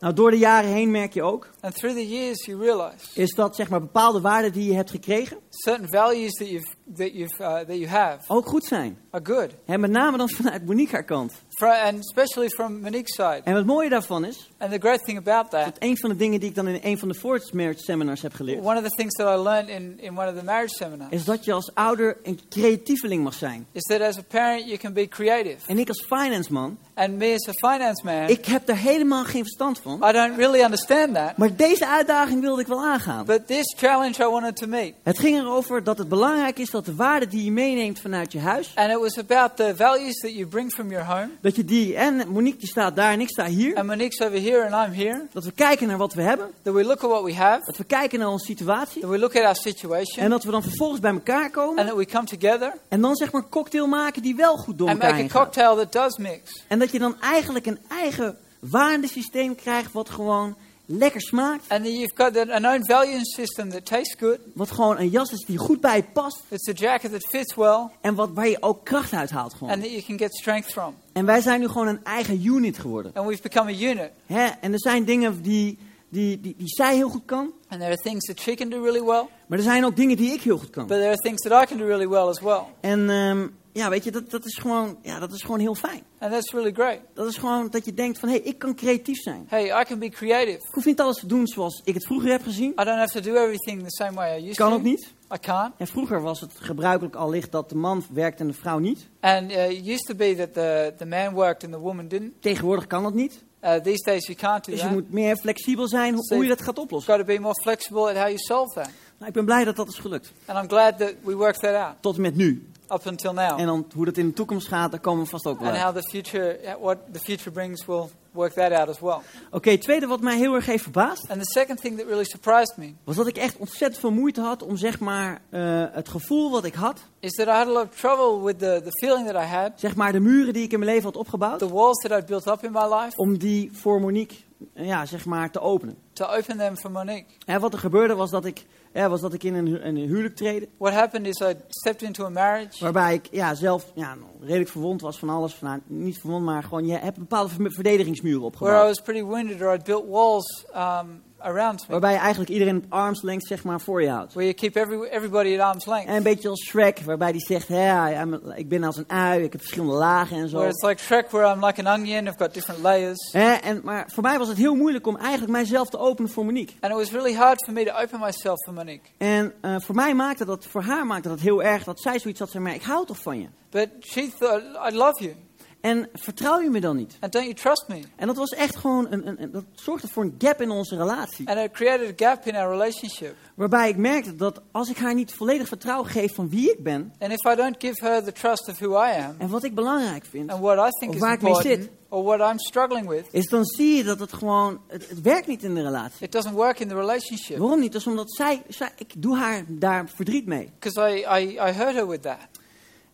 [SPEAKER 3] Nou, door de jaren heen merk je ook,
[SPEAKER 1] And through the years, you realize
[SPEAKER 3] is dat zeg maar bepaalde waarden die je hebt gekregen
[SPEAKER 1] certain values that, you've, that, you've, uh, that you have
[SPEAKER 3] ook goed zijn.
[SPEAKER 1] are good,
[SPEAKER 3] En met name dan vanuit Monique haar kant.
[SPEAKER 1] Fro- and especially from Monique's side.
[SPEAKER 3] En wat mooie daarvan is,
[SPEAKER 1] And the great thing about
[SPEAKER 3] dat
[SPEAKER 1] that,
[SPEAKER 3] een van de dingen die ik dan in een van de Forest Marriage Seminars heb geleerd,
[SPEAKER 1] one of the things that I learned in, in one of the marriage seminars,
[SPEAKER 3] is dat je als ouder een creatieveling mag zijn.
[SPEAKER 1] is that as a parent, you can be creative.
[SPEAKER 3] En ik als finance man,
[SPEAKER 1] And me as a finance man,
[SPEAKER 3] ik heb daar helemaal geen verstand van.
[SPEAKER 1] I don't really understand that.
[SPEAKER 3] Maar deze uitdaging wilde ik wel aangaan.
[SPEAKER 1] But this challenge I wanted to meet.
[SPEAKER 3] Het ging erover dat het belangrijk is dat de waarden die je meeneemt vanuit je huis,
[SPEAKER 1] And it was about the values that you bring from your home.
[SPEAKER 3] dat je die, en Monique die staat daar en ik sta hier,
[SPEAKER 1] And Monique's over here and I'm here.
[SPEAKER 3] dat we kijken naar wat we hebben,
[SPEAKER 1] That we look at what we have.
[SPEAKER 3] dat we kijken naar onze situatie,
[SPEAKER 1] That we look at our
[SPEAKER 3] en
[SPEAKER 1] situation.
[SPEAKER 3] dat we dan vervolgens bij elkaar komen
[SPEAKER 1] And that we come together
[SPEAKER 3] en dan zeg maar een cocktail maken die wel goed door
[SPEAKER 1] and
[SPEAKER 3] elkaar
[SPEAKER 1] make a
[SPEAKER 3] heen gaat.
[SPEAKER 1] cocktail that does mix.
[SPEAKER 3] En dat je dan eigenlijk een eigen waardesysteem krijgt wat gewoon lekker smaakt,
[SPEAKER 1] And then you've got that, an own value system that tastes good.
[SPEAKER 3] wat gewoon een jas is die goed bij je past
[SPEAKER 1] It's a jacket that fits well
[SPEAKER 3] en wat, waar je ook kracht uit haalt
[SPEAKER 1] and
[SPEAKER 3] gewoon.
[SPEAKER 1] that you can get strength from.
[SPEAKER 3] En wij zijn nu gewoon een eigen unit geworden.
[SPEAKER 1] And we've become a unit.
[SPEAKER 3] Hè? En er zijn dingen die, die, die, die zij heel goed kan.
[SPEAKER 1] And there are things that she can do really well,
[SPEAKER 3] Maar er zijn ook dingen die ik heel goed kan.
[SPEAKER 1] but there are things that I can do really well as well.
[SPEAKER 3] En ehm, ja, weet je, dat, dat, is gewoon, ja, dat is gewoon heel fijn.
[SPEAKER 1] And that's really great.
[SPEAKER 3] Dat is gewoon dat je denkt van, hé, ik kan creatief zijn.
[SPEAKER 1] Hey, I can be creative.
[SPEAKER 3] Ik hoef niet alles te doen zoals ik het vroeger heb gezien.
[SPEAKER 1] I don't have to do everything the same way I used
[SPEAKER 3] Kan
[SPEAKER 1] to.
[SPEAKER 3] ook niet.
[SPEAKER 1] I can't.
[SPEAKER 3] En vroeger was het gebruikelijk allicht dat de man werkt en de vrouw niet.
[SPEAKER 1] And uh, it used to be that the, the man worked and the woman didn't.
[SPEAKER 3] Tegenwoordig kan dat niet.
[SPEAKER 1] Uh, these days you can't do
[SPEAKER 3] Dus je
[SPEAKER 1] that.
[SPEAKER 3] moet meer flexibel zijn hoe, hoe je dat gaat oplossen.
[SPEAKER 1] You've got to be more flexible at how you solve that.
[SPEAKER 3] Nou, ik ben blij dat dat is gelukt.
[SPEAKER 1] And I'm glad that we worked that out
[SPEAKER 3] Tot en met nu.
[SPEAKER 1] up until now.
[SPEAKER 3] En dan hoe dat in de toekomst gaat, daar komen we vast ook wel
[SPEAKER 1] and
[SPEAKER 3] uit.
[SPEAKER 1] how the future, yeah, what the future brings, will work that out as well.
[SPEAKER 3] Oké, tweede wat mij heel erg heeft verbaasd,
[SPEAKER 1] And the second thing that really surprised me
[SPEAKER 3] was dat ik echt ontzettend veel moeite had om zeg maar eh, het gevoel wat ik had,
[SPEAKER 1] is that I had a lot of trouble with the, the feeling that I had,
[SPEAKER 3] zeg maar de muren die ik in mijn leven had opgebouwd,
[SPEAKER 1] the walls that I'd built up in my life,
[SPEAKER 3] om die voor Monique eh, ja, zeg maar, te openen.
[SPEAKER 1] to open them for Monique.
[SPEAKER 3] En wat er gebeurde was dat ik, hè, was dat ik in een, hu- een huwelijk treedde,
[SPEAKER 1] What happened is I stepped into a marriage
[SPEAKER 3] waarbij ik ja, zelf ja, redelijk verwond was van alles. Van, nou, niet verwond, maar gewoon je hebt bepaalde ver- verdedigingsmuren
[SPEAKER 1] where I
[SPEAKER 3] opgebouwd.
[SPEAKER 1] was pretty wounded, or I'd built walls um, around me,
[SPEAKER 3] Waarbij je eigenlijk iedereen op armslengte zeg maar, voor je houdt.
[SPEAKER 1] where you keep every, everybody at arm's
[SPEAKER 3] En een
[SPEAKER 1] length.
[SPEAKER 3] beetje als Shrek, waarbij die zegt, hè, I'm a- ik ben als een ui, ik heb verschillende lagen en zo.
[SPEAKER 1] Where it's like Shrek, where I'm like an onion, I've got different layers.
[SPEAKER 3] Hè, en, maar voor mij was het heel moeilijk om eigenlijk mijzelf te openen voor Monique.
[SPEAKER 1] And it was really hard for me to open myself for Monique.
[SPEAKER 3] En eh, voor mij maakte dat, voor haar maakte dat heel erg dat zij zoiets had van, maar ik hou toch van je.
[SPEAKER 1] But she thought, I love you,
[SPEAKER 3] En vertrouw je me dan niet?
[SPEAKER 1] and don't you trust me?
[SPEAKER 3] En dat was echt gewoon, een, een, een- dat zorgde voor een gap in onze relatie.
[SPEAKER 1] And it created a gap in our relationship.
[SPEAKER 3] Waarbij ik merkte dat als ik haar niet volledig vertrouwen geef van wie ik ben
[SPEAKER 1] And if I don't give her the trust of who I am
[SPEAKER 3] en wat ik belangrijk vind,
[SPEAKER 1] and what I think
[SPEAKER 3] of
[SPEAKER 1] is
[SPEAKER 3] waar ik mee zit,
[SPEAKER 1] important or what I'm struggling with,
[SPEAKER 3] is dan zie je dat het gewoon, het, het werkt niet in de relatie.
[SPEAKER 1] it doesn't work in the relationship
[SPEAKER 3] Waarom niet? Dat is omdat zij, zij, ik doe haar daar verdriet mee.
[SPEAKER 1] because I, I, I hurt her with that.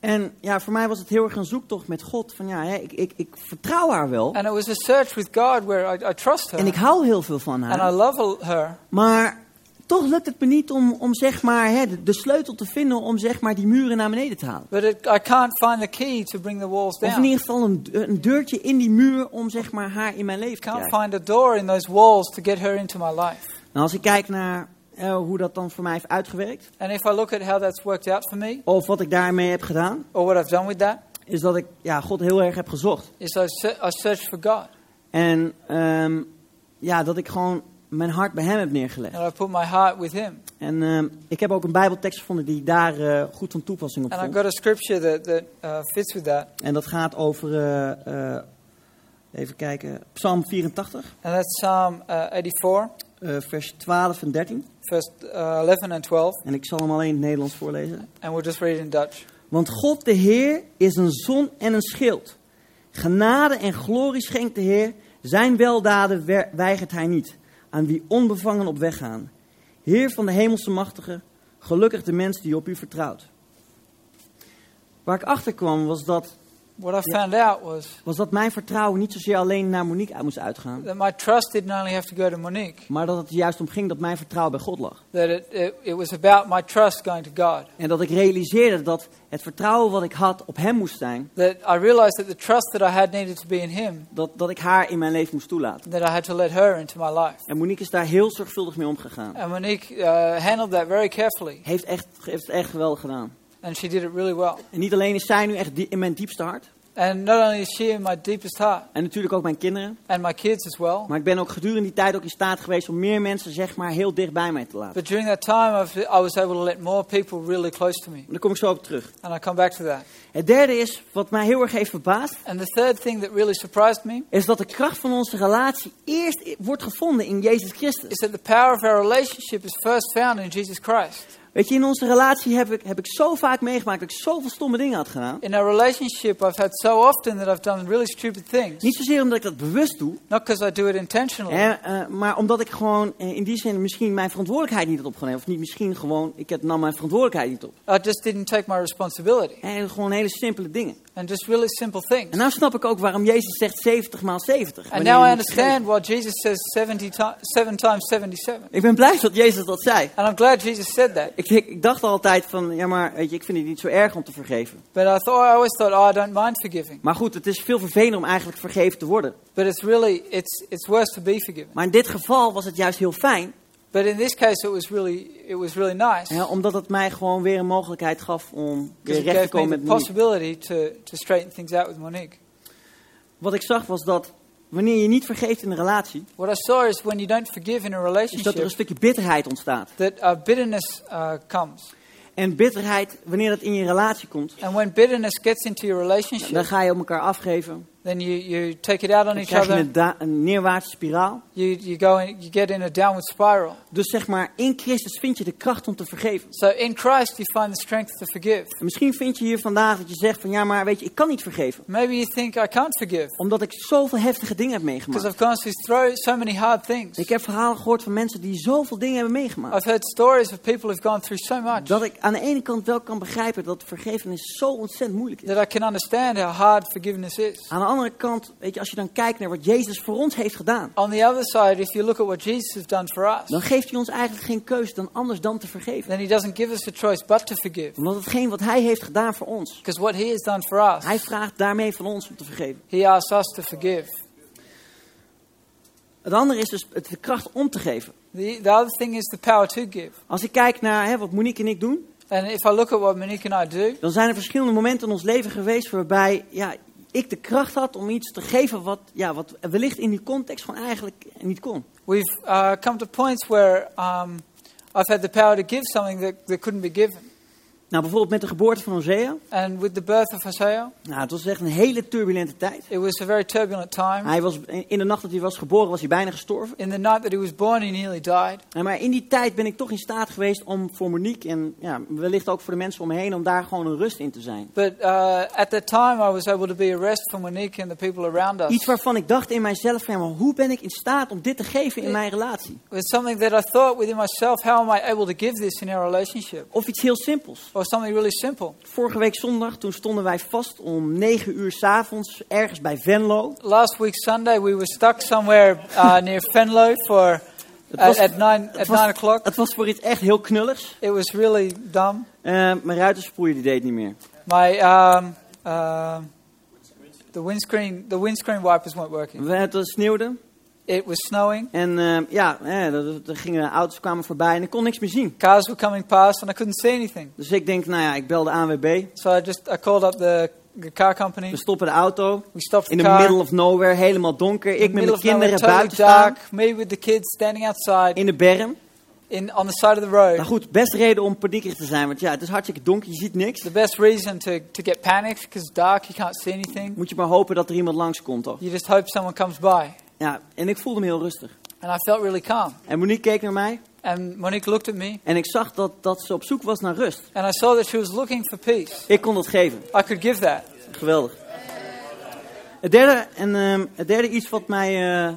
[SPEAKER 3] En ja, voor mij was het heel erg een zoektocht met God. Van ja, hè, ik, ik, ik vertrouw haar wel.
[SPEAKER 1] And it was a search with God where I, I trust her
[SPEAKER 3] En ik hou heel veel van
[SPEAKER 1] and I
[SPEAKER 3] haar.
[SPEAKER 1] love her- her,
[SPEAKER 3] Maar toch lukt het me niet om, om zeg maar, hè, de, de sleutel te vinden om zeg maar die muren naar beneden te halen.
[SPEAKER 1] but it, I can't find the key to bring the walls
[SPEAKER 3] Of in
[SPEAKER 1] down.
[SPEAKER 3] ieder geval een, een deurtje in die muur om zeg maar haar in mijn leven te
[SPEAKER 1] Can't
[SPEAKER 3] krijgen.
[SPEAKER 1] find a door in those walls to get her into my life.
[SPEAKER 3] Nou, als ik kijk naar eh, hoe dat dan voor mij heeft uitgewerkt.
[SPEAKER 1] And if I look at how that's worked out for me
[SPEAKER 3] Of wat ik daarmee heb gedaan.
[SPEAKER 1] or what I've done with that,
[SPEAKER 3] Is dat ik ja, God heel erg heb gezocht.
[SPEAKER 1] is I, se- I searched for God
[SPEAKER 3] En ehm, ja, dat ik gewoon mijn hart bij hem heb neergelegd.
[SPEAKER 1] and I put my heart with Him.
[SPEAKER 3] En ehm, ik heb ook een bijbeltekst gevonden die daar eh, goed van toepassing op
[SPEAKER 1] And I've
[SPEAKER 3] vond.
[SPEAKER 1] got a scripture that, that uh, fits with that,
[SPEAKER 3] En dat gaat over, eh, eh, even kijken, Psalm 84,
[SPEAKER 1] and that's Psalm uh, 84,
[SPEAKER 3] eh, vers 12 en 13.
[SPEAKER 1] verse uh, 11 and 12,
[SPEAKER 3] En ik zal hem alleen in het Nederlands voorlezen.
[SPEAKER 1] and we'll just read it in Dutch.
[SPEAKER 3] Want God de Heer is een zon en een schild. Genade en glorie schenkt de Heer. Zijn weldaden wer- weigert hij niet. Aan wie onbevangen op weg gaan. Heer van de hemelse machtige. Gelukkig de mens die op u vertrouwt. Waar ik achter kwam was dat,
[SPEAKER 1] What I
[SPEAKER 3] Yeah.
[SPEAKER 1] found out was
[SPEAKER 3] was dat mijn vertrouwen niet zozeer alleen naar Monique uit moest uitgaan.
[SPEAKER 1] that my trust didn't only have to go to Monique,
[SPEAKER 3] Maar dat het er juist om ging dat mijn vertrouwen bij God lag.
[SPEAKER 1] that it, it, it was about my trust going to God.
[SPEAKER 3] En dat ik realiseerde dat het vertrouwen wat ik had op hem moest zijn.
[SPEAKER 1] That I realized that the trust that I had needed to be in Him,
[SPEAKER 3] Dat, dat ik haar in mijn leven moest toelaten.
[SPEAKER 1] that I had to let her into my life.
[SPEAKER 3] En Monique is daar heel zorgvuldig mee omgegaan.
[SPEAKER 1] And Monique uh, handled that very carefully,
[SPEAKER 3] heeft, echt, heeft het echt geweldig gedaan.
[SPEAKER 1] and she did it really well.
[SPEAKER 3] En niet alleen is zij nu echt die- in mijn diepste hart.
[SPEAKER 1] And not only is she in my deepest heart,
[SPEAKER 3] En natuurlijk ook mijn kinderen.
[SPEAKER 1] and my kids as well,
[SPEAKER 3] Maar ik ben ook gedurende die tijd ook in staat geweest om meer mensen zeg maar heel dicht bij mij te laten.
[SPEAKER 1] But during that time, I've, I was able to let more people really close to me,
[SPEAKER 3] En daar kom ik zo op terug.
[SPEAKER 1] and I come back to that.
[SPEAKER 3] Het derde is, wat mij heel erg heeft verbaasd,
[SPEAKER 1] And the third thing that really surprised me
[SPEAKER 3] is dat de kracht van onze relatie eerst i- wordt gevonden in Jezus Christus.
[SPEAKER 1] is that the power of our relationship is first found in Jesus Christ.
[SPEAKER 3] Weet je, in onze relatie heb ik, heb ik zo vaak meegemaakt dat ik zoveel stomme dingen had gedaan.
[SPEAKER 1] In our relationship, I've had so often that I've done really stupid things,
[SPEAKER 3] Niet zozeer omdat ik dat bewust doe,
[SPEAKER 1] not because I do it intentionally,
[SPEAKER 3] hè, eh, maar omdat ik gewoon eh, in die zin misschien mijn verantwoordelijkheid niet had opgenomen. Of niet misschien gewoon, ik heb- nam mijn verantwoordelijkheid niet op.
[SPEAKER 1] I just didn't take my responsibility,
[SPEAKER 3] En gewoon hele simpele dingen.
[SPEAKER 1] and just really simple things.
[SPEAKER 3] En nou snap ik ook waarom Jezus zegt 70 maal 70.
[SPEAKER 1] And
[SPEAKER 3] wanneer
[SPEAKER 1] now
[SPEAKER 3] je
[SPEAKER 1] I
[SPEAKER 3] moet
[SPEAKER 1] understand why Jesus says 70 ti- 7 times 77.
[SPEAKER 3] geven. Ik ben blij dat Jezus dat zei.
[SPEAKER 1] And I'm glad Jesus said that.
[SPEAKER 3] Ik, ik, ik dacht altijd van, ja maar, weet je, ik vind het niet zo erg om te vergeven.
[SPEAKER 1] But I, thought, I always thought, oh, I don't mind forgiving.
[SPEAKER 3] Maar goed, het is veel vervelender om eigenlijk vergeven te worden.
[SPEAKER 1] But it's really, it's, it's worse to be forgiven.
[SPEAKER 3] Maar in dit geval was het juist heel fijn,
[SPEAKER 1] But in this case, it was really, it was really nice.
[SPEAKER 3] hè, omdat het mij gewoon weer een mogelijkheid gaf om weer
[SPEAKER 1] Because it
[SPEAKER 3] recht te
[SPEAKER 1] gave me
[SPEAKER 3] komen
[SPEAKER 1] the
[SPEAKER 3] met Monique.
[SPEAKER 1] possibility to, to straighten things out with Monique.
[SPEAKER 3] Wat ik zag was dat, wanneer je niet vergeeft in een relatie,
[SPEAKER 1] What I saw is when you don't forgive in a
[SPEAKER 3] is dat er
[SPEAKER 1] relationship,
[SPEAKER 3] een stukje bitterheid ontstaat.
[SPEAKER 1] that uh, bitterness uh, comes.
[SPEAKER 3] En bitterheid, wanneer dat in je relatie komt,
[SPEAKER 1] And when bitterness gets into your
[SPEAKER 3] dan
[SPEAKER 1] relationship,
[SPEAKER 3] ga je op elkaar afgeven.
[SPEAKER 1] then you, you take it out on
[SPEAKER 3] Dan
[SPEAKER 1] each
[SPEAKER 3] krijg je
[SPEAKER 1] other.
[SPEAKER 3] een, da- een neerwaartse spiraal.
[SPEAKER 1] You, you, go in, you get in a downward spiral.
[SPEAKER 3] Dus zeg maar, in Christus vind je de kracht om te vergeven.
[SPEAKER 1] So in Christ, you find the strength to forgive.
[SPEAKER 3] En misschien vind je hier vandaag dat je zegt van ja, maar weet je, ik kan niet vergeven.
[SPEAKER 1] Maybe you think, I can't forgive
[SPEAKER 3] Omdat ik zoveel heftige dingen heb
[SPEAKER 1] because
[SPEAKER 3] meegemaakt.
[SPEAKER 1] I've gone through thro- so many hard things.
[SPEAKER 3] Ik heb verhalen gehoord van mensen die zoveel dingen hebben meegemaakt.
[SPEAKER 1] I've heard stories of people who've gone through so much
[SPEAKER 3] Dat ik aan de ene kant wel kan begrijpen dat vergevenis zo ontzettend moeilijk is.
[SPEAKER 1] that I can understand how hard forgiveness is.
[SPEAKER 3] Aan de andere kant, weet je, als je dan kijkt naar wat Jezus voor ons heeft gedaan.
[SPEAKER 1] On the other side, if you look at what Jesus has done for us,
[SPEAKER 3] Dan geeft hij ons eigenlijk geen keus dan anders dan te vergeven.
[SPEAKER 1] then he doesn't give us a choice but to forgive.
[SPEAKER 3] Omdat hetgeen wat hij heeft gedaan voor ons.
[SPEAKER 1] Because what he has done for us,
[SPEAKER 3] Hij vraagt daarmee van ons om te vergeven.
[SPEAKER 1] he asks us to forgive.
[SPEAKER 3] Het andere is dus het- de kracht om te geven.
[SPEAKER 1] The, the other thing is the power to give.
[SPEAKER 3] Als ik kijk naar hè, wat Monique en ik doen.
[SPEAKER 1] And if I look at what Monique and I do,
[SPEAKER 3] Dan zijn er verschillende momenten in ons leven geweest waarbij ja, ik de kracht had om iets te geven wat, ja, wat wellicht in die context gewoon eigenlijk niet kon.
[SPEAKER 1] we've uh, come to points where um, I've had the power to give something that, that couldn't be given.
[SPEAKER 3] Nou, bijvoorbeeld met de geboorte van Hosea.
[SPEAKER 1] And with the birth of Hosea,
[SPEAKER 3] Nou, het was echt een hele turbulente tijd.
[SPEAKER 1] it was a very turbulent time.
[SPEAKER 3] Hij was, in de nacht dat hij was geboren was hij bijna gestorven.
[SPEAKER 1] In the night that he was born, he nearly died.
[SPEAKER 3] Ja, Maar in die tijd ben ik toch in staat geweest om voor Monique en ja, wellicht ook voor de mensen om me heen, om daar gewoon een rust in te zijn.
[SPEAKER 1] But uh, at that time, I was able to be a rest for Monique and the people around us.
[SPEAKER 3] Iets waarvan ik dacht in mijzelf, van, ja, maar hoe ben ik in staat om dit te geven in
[SPEAKER 1] Eh.
[SPEAKER 3] mijn relatie?
[SPEAKER 1] It was something that I thought within myself, how am I able to give this in our relationship?
[SPEAKER 3] Of iets heel simpels.
[SPEAKER 1] Or something really simple.
[SPEAKER 3] Vorige week zondag, toen stonden wij vast om 9 uur s'avonds ergens bij Venlo.
[SPEAKER 1] Last week, Sunday, we were stuck somewhere uh, near Fenlo for, at,
[SPEAKER 3] was-
[SPEAKER 1] at, nine, at
[SPEAKER 3] Het was-
[SPEAKER 1] nine o'clock.
[SPEAKER 3] Het was voor iets echt heel knulligs.
[SPEAKER 1] It was really dumb.
[SPEAKER 3] Eh, mijn ruitersproeier die deed niet meer.
[SPEAKER 1] My um, um the windscreen the windscreen wipers weren't working.
[SPEAKER 3] We- Het sneeuwde
[SPEAKER 1] It was snowing.
[SPEAKER 3] en eh, ja, eh, er- er gingen, auto's kwamen voorbij en ik kon niks meer zien.
[SPEAKER 1] Cars were coming past, and I couldn't see anything.
[SPEAKER 3] Dus ik denk, nou ja, ik bel de ANWB.
[SPEAKER 1] So I just I called up the, the car company.
[SPEAKER 3] We stoppen de auto.
[SPEAKER 1] We stopped
[SPEAKER 3] In
[SPEAKER 1] the
[SPEAKER 3] the
[SPEAKER 1] car.
[SPEAKER 3] middle of nowhere, helemaal donker. Ik
[SPEAKER 1] in the
[SPEAKER 3] met
[SPEAKER 1] middle
[SPEAKER 3] mijn
[SPEAKER 1] of nowhere,
[SPEAKER 3] kinderen
[SPEAKER 1] totally
[SPEAKER 3] buiten staan.
[SPEAKER 1] dark. Me with the kids standing outside
[SPEAKER 3] In de berm.
[SPEAKER 1] in on the side of the road.
[SPEAKER 3] Nou goed, best reden om paniekerig te zijn. Want ja, het is hartstikke donker, je ziet niks.
[SPEAKER 1] The best reason to, to get panicked because dark, you can't see anything.
[SPEAKER 3] Moet je maar hopen dat er iemand langskomt toch?
[SPEAKER 1] You just hope someone comes by.
[SPEAKER 3] Ja, en ik voelde me heel rustig.
[SPEAKER 1] And I felt really calm.
[SPEAKER 3] En Monique keek naar mij.
[SPEAKER 1] And Monique looked at me,
[SPEAKER 3] En ik zag dat, dat ze op zoek was naar rust.
[SPEAKER 1] and I saw that she was looking for peace.
[SPEAKER 3] Ik kon dat geven.
[SPEAKER 1] I could give that.
[SPEAKER 3] Geweldig. Het derde, en, ehm, het derde iets wat mij, eh,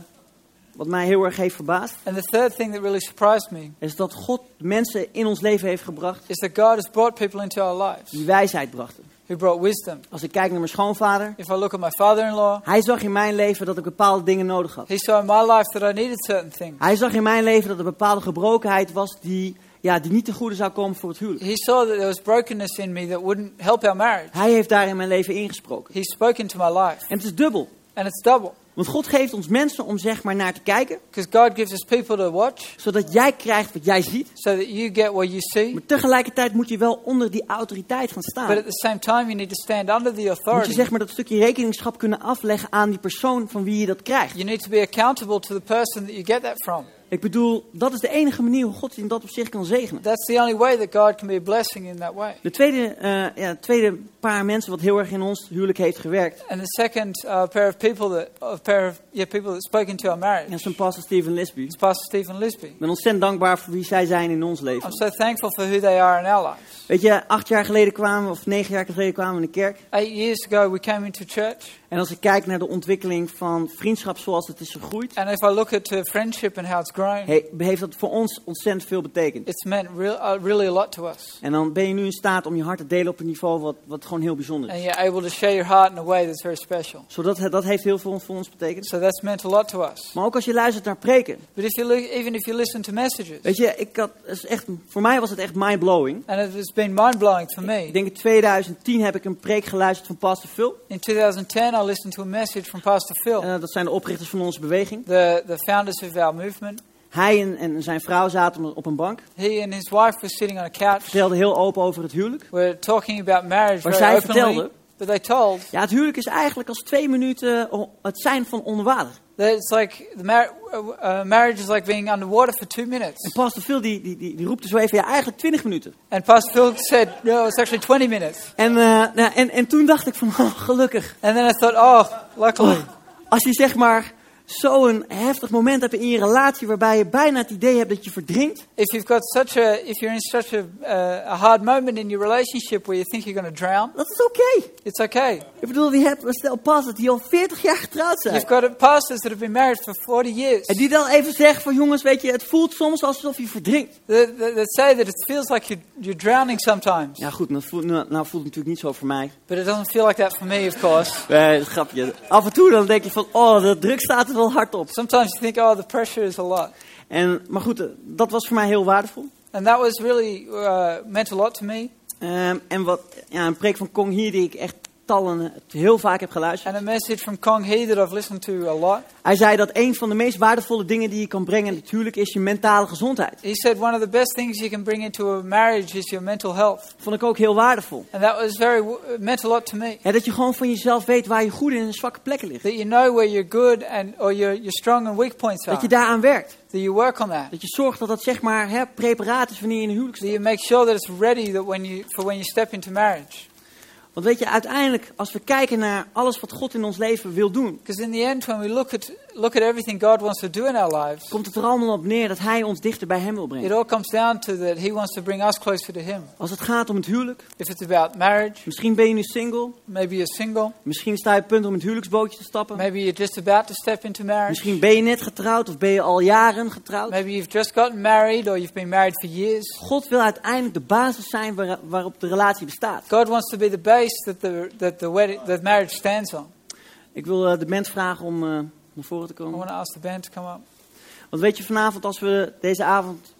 [SPEAKER 3] wat mij heel erg heeft verbaasd.
[SPEAKER 1] And the third thing that really surprised me
[SPEAKER 3] Is dat God mensen in ons leven heeft gebracht.
[SPEAKER 1] is that God has brought people into our
[SPEAKER 3] Die
[SPEAKER 1] lives
[SPEAKER 3] wijsheid brachten.
[SPEAKER 1] who brought wisdom.
[SPEAKER 3] Als ik kijk naar mijn schoonvader.
[SPEAKER 1] If I look at my father in law,
[SPEAKER 3] Hij zag in mijn leven dat ik bepaalde dingen nodig had.
[SPEAKER 1] he saw in my life that I needed certain things.
[SPEAKER 3] Hij zag in mijn leven dat er bepaalde gebrokenheid was die, ja, die niet te goede zou komen voor het huwelijk.
[SPEAKER 1] He saw that there was brokenness in me that wouldn't help our marriage.
[SPEAKER 3] Hij heeft daar in mijn leven ingesproken.
[SPEAKER 1] He spoke into my life.
[SPEAKER 3] En het is dubbel.
[SPEAKER 1] And it's double
[SPEAKER 3] Want God geeft ons mensen om zeg maar naar te kijken.
[SPEAKER 1] because God gives us people to watch
[SPEAKER 3] Zodat jij krijgt wat jij ziet.
[SPEAKER 1] so that you get what you see.
[SPEAKER 3] Maar tegelijkertijd moet je wel onder die autoriteit gaan staan.
[SPEAKER 1] But at the same time, you need to stand under the
[SPEAKER 3] Moet je
[SPEAKER 1] authority.
[SPEAKER 3] zeg maar dat stukje rekeningschap kunnen afleggen aan die persoon van wie je dat krijgt.
[SPEAKER 1] You need to be accountable to the person that you get that from.
[SPEAKER 3] Ik bedoel, dat is de enige manier hoe God je in dat op zich kan zegenen.
[SPEAKER 1] That's the only way that God can be a blessing in that way.
[SPEAKER 3] De tweede, eh, ja, het tweede paar mensen wat heel erg in ons huwelijk heeft gewerkt.
[SPEAKER 1] And the second uh, pair of people that, of pair of yeah, people that spoke into our marriage
[SPEAKER 3] En dat is een pastor Steven Lisby.
[SPEAKER 1] is Pastor Stephen Lisby.
[SPEAKER 3] Ik ben ontzettend dankbaar voor wie zij zijn in ons leven.
[SPEAKER 1] I'm so thankful for who they are in our lives.
[SPEAKER 3] Weet je, acht jaar geleden kwamen we, of negen jaar geleden kwamen we in de kerk.
[SPEAKER 1] Eight years ago, we came into church,
[SPEAKER 3] En als ik kijk naar de ontwikkeling van vriendschap zoals het is gegroeid,
[SPEAKER 1] and if I look at uh, friendship and how it's grown,
[SPEAKER 3] he- heeft dat voor ons ontzettend veel betekend.
[SPEAKER 1] it's meant real, uh, really a lot to us.
[SPEAKER 3] En dan ben je nu in staat om je hart te delen op een niveau wat, wat gewoon heel bijzonder
[SPEAKER 1] And
[SPEAKER 3] is.
[SPEAKER 1] you're able to share your heart in a way that's very special.
[SPEAKER 3] Zodat dat heeft heel veel voor ons betekend.
[SPEAKER 1] So that's meant a lot to us.
[SPEAKER 3] Maar ook als je luistert naar preken.
[SPEAKER 1] But if you li- even if you listen to messages,
[SPEAKER 3] Weet je, ik had, het is echt, voor mij was het echt mind-blowing.
[SPEAKER 1] and it's been mind blowing for
[SPEAKER 3] Ik
[SPEAKER 1] me.
[SPEAKER 3] denk in 2010 heb ik een preek geluisterd van Pastor Phil.
[SPEAKER 1] In 2010, I listened to a message from Pastor Phil.
[SPEAKER 3] Eh, dat zijn de oprichters van onze beweging.
[SPEAKER 1] the, the founders of our movement.
[SPEAKER 3] Hij en, en zijn vrouw zaten op een bank.
[SPEAKER 1] He and his wife were sitting on a couch.
[SPEAKER 3] Vertelden heel open over het huwelijk.
[SPEAKER 1] We're talking about marriage
[SPEAKER 3] Maar
[SPEAKER 1] very
[SPEAKER 3] zij
[SPEAKER 1] openly.
[SPEAKER 3] vertelde-
[SPEAKER 1] But they told
[SPEAKER 3] Ja, het huwelijk is eigenlijk als twee minuten o- het zijn van onder water.
[SPEAKER 1] that it's like the mar- uh, uh, marriage is like being underwater for two minutes.
[SPEAKER 3] En Pastor Phil die, die, die, die roept er zo even, ja, eigenlijk 20 minuten.
[SPEAKER 1] And Pastor Phil said, no, it's actually 20 minutes.
[SPEAKER 3] En, eh, nou, en, en toen dacht ik van, oh, gelukkig.
[SPEAKER 1] And then I thought, oh, luckily.
[SPEAKER 3] Oh, als je zeg maar zo'n heftig moment hebt in je relatie waarbij je bijna het idee hebt dat je verdrinkt.
[SPEAKER 1] If you've got such a, if you're in such a, uh, a hard moment in your relationship where you think you're going to drown,
[SPEAKER 3] Dat is oké.
[SPEAKER 1] it's okay.
[SPEAKER 3] Ik bedoel, je hebt een stel pastors die al 40 jaar getrouwd zijn.
[SPEAKER 1] You've got pastors that have been married for 40 years
[SPEAKER 3] En die dan even zeggen van, jongens, weet je, het voelt soms alsof je verdrinkt.
[SPEAKER 1] that, that, that say that it feels like you're, you're drowning sometimes.
[SPEAKER 3] Ja goed, nou voelt, nou, nou voelt het natuurlijk niet zo voor mij.
[SPEAKER 1] But it doesn't feel like that for me, of course.
[SPEAKER 3] Nee, dat is een grapje. Af en toe dan denk je van, oh, de druk staat er wel hard op.
[SPEAKER 1] Sometimes you think, oh, the pressure is a lot.
[SPEAKER 3] En, maar goed, eh, dat was voor mij heel waardevol.
[SPEAKER 1] And that was really uh, meant a lot to me.
[SPEAKER 3] Ehm, en wat, ja, een preek van Kong hier die ik echt tallen, heel vaak heb geluisterd.
[SPEAKER 1] And a message from Kong Hee that I've listened to a lot.
[SPEAKER 3] Hij zei dat een van de meest waardevolle dingen die je kan brengen natuurlijk is je mentale gezondheid.
[SPEAKER 1] He said one of the best things you can bring into a marriage is your mental health.
[SPEAKER 3] Vond ik ook heel waardevol.
[SPEAKER 1] And that was very it meant a lot to me.
[SPEAKER 3] Hè, dat je gewoon van jezelf weet waar je goede en zwakke plekken liggen.
[SPEAKER 1] That you know where you're good and or your your strong and weak points are.
[SPEAKER 3] Dat je daaraan werkt.
[SPEAKER 1] That you work on that.
[SPEAKER 3] Dat je zorgt dat dat zeg maar hè, preparaat is wanneer je in een huwelijk
[SPEAKER 1] That
[SPEAKER 3] staat.
[SPEAKER 1] you make sure that it's ready that when you for when you step into marriage.
[SPEAKER 3] Want weet je, uiteindelijk als we kijken naar alles wat God in ons leven wil doen,
[SPEAKER 1] Because in the end when we look at look at everything God wants to do in our lives,
[SPEAKER 3] komt het er allemaal op neer dat Hij ons dichter bij Hem wil
[SPEAKER 1] it
[SPEAKER 3] brengen.
[SPEAKER 1] all comes down to that he wants to bring us closer to him.
[SPEAKER 3] Als het gaat om het huwelijk,
[SPEAKER 1] If it's about marriage,
[SPEAKER 3] misschien ben je nu single,
[SPEAKER 1] maybe you're single,
[SPEAKER 3] misschien sta je op het punt om in het huwelijksbootje te stappen.
[SPEAKER 1] maybe you're just about to step into marriage.
[SPEAKER 3] Misschien ben je net getrouwd of ben je al jaren getrouwd.
[SPEAKER 1] Maybe you've just gotten married or you've been married for years.
[SPEAKER 3] God wil uiteindelijk de basis zijn waar- waarop de relatie bestaat.
[SPEAKER 1] God wants to be the base that the that the wedding that marriage stands on.
[SPEAKER 3] Ik wil eh, de band vragen om eh, naar voren te
[SPEAKER 1] I
[SPEAKER 3] komen.
[SPEAKER 1] want to ask the band to come up.
[SPEAKER 3] Want weet je, vanavond als we deze avond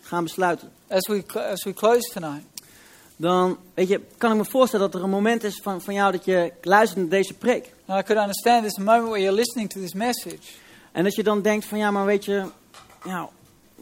[SPEAKER 3] gaan besluiten,
[SPEAKER 1] As we cl- as we close tonight,
[SPEAKER 3] dan weet je, kan ik me voorstellen dat er een moment is van, van jou dat je luistert naar deze preek.
[SPEAKER 1] and I could understand this moment where you're listening to this message,
[SPEAKER 3] En dat je dan denkt van ja, maar weet je, ja,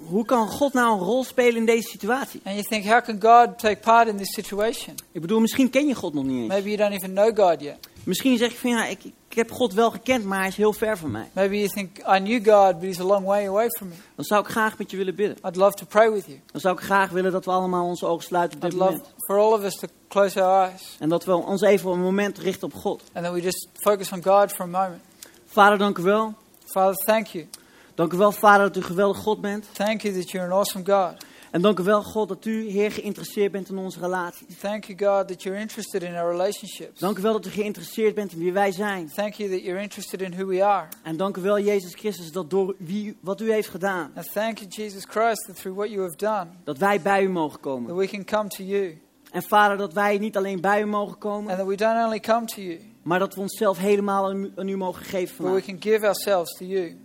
[SPEAKER 3] hoe kan God nou een rol spelen in deze situatie?
[SPEAKER 1] and you think, how can God take part in this situation?
[SPEAKER 3] Ik bedoel, misschien ken je God nog niet eens.
[SPEAKER 1] Maybe you don't even know God yet.
[SPEAKER 3] Misschien zeg je van ja, ik, ik heb God wel gekend, maar hij is heel ver van mij.
[SPEAKER 1] Maybe you think, I knew God, but He's a long way away from me.
[SPEAKER 3] Dan zou ik graag met je willen bidden.
[SPEAKER 1] I'd love to pray with you.
[SPEAKER 3] Dan zou ik graag willen dat we allemaal onze ogen sluiten op
[SPEAKER 1] I'd
[SPEAKER 3] dit
[SPEAKER 1] love
[SPEAKER 3] moment.
[SPEAKER 1] for all of us to close our eyes
[SPEAKER 3] En dat we ons even een moment richten op God.
[SPEAKER 1] and that we just focus on God for a moment.
[SPEAKER 3] Vader, dank u wel.
[SPEAKER 1] Father, thank you.
[SPEAKER 3] Dank u wel, Vader, dat u een geweldig God bent.
[SPEAKER 1] Thank you that you're an awesome God.
[SPEAKER 3] En dank u wel, God, dat u, Heer, geïnteresseerd bent in onze relatie.
[SPEAKER 1] Thank you, God, that you're interested in our relationships.
[SPEAKER 3] Dank u wel dat u geïnteresseerd bent in wie wij zijn.
[SPEAKER 1] Thank you that you're interested in who we are.
[SPEAKER 3] En dank u wel, Jezus Christus, dat door wie, u- wat u heeft gedaan,
[SPEAKER 1] And thank you, Jesus Christ, that through what you have done,
[SPEAKER 3] dat wij bij u mogen
[SPEAKER 1] that
[SPEAKER 3] komen.
[SPEAKER 1] we can come to you.
[SPEAKER 3] En Vader, dat wij niet alleen bij u mogen komen,
[SPEAKER 1] And that we don't only come to you,
[SPEAKER 3] maar dat we onszelf helemaal aan u, aan u mogen geven
[SPEAKER 1] but we
[SPEAKER 3] vandaag.
[SPEAKER 1] can give ourselves to you.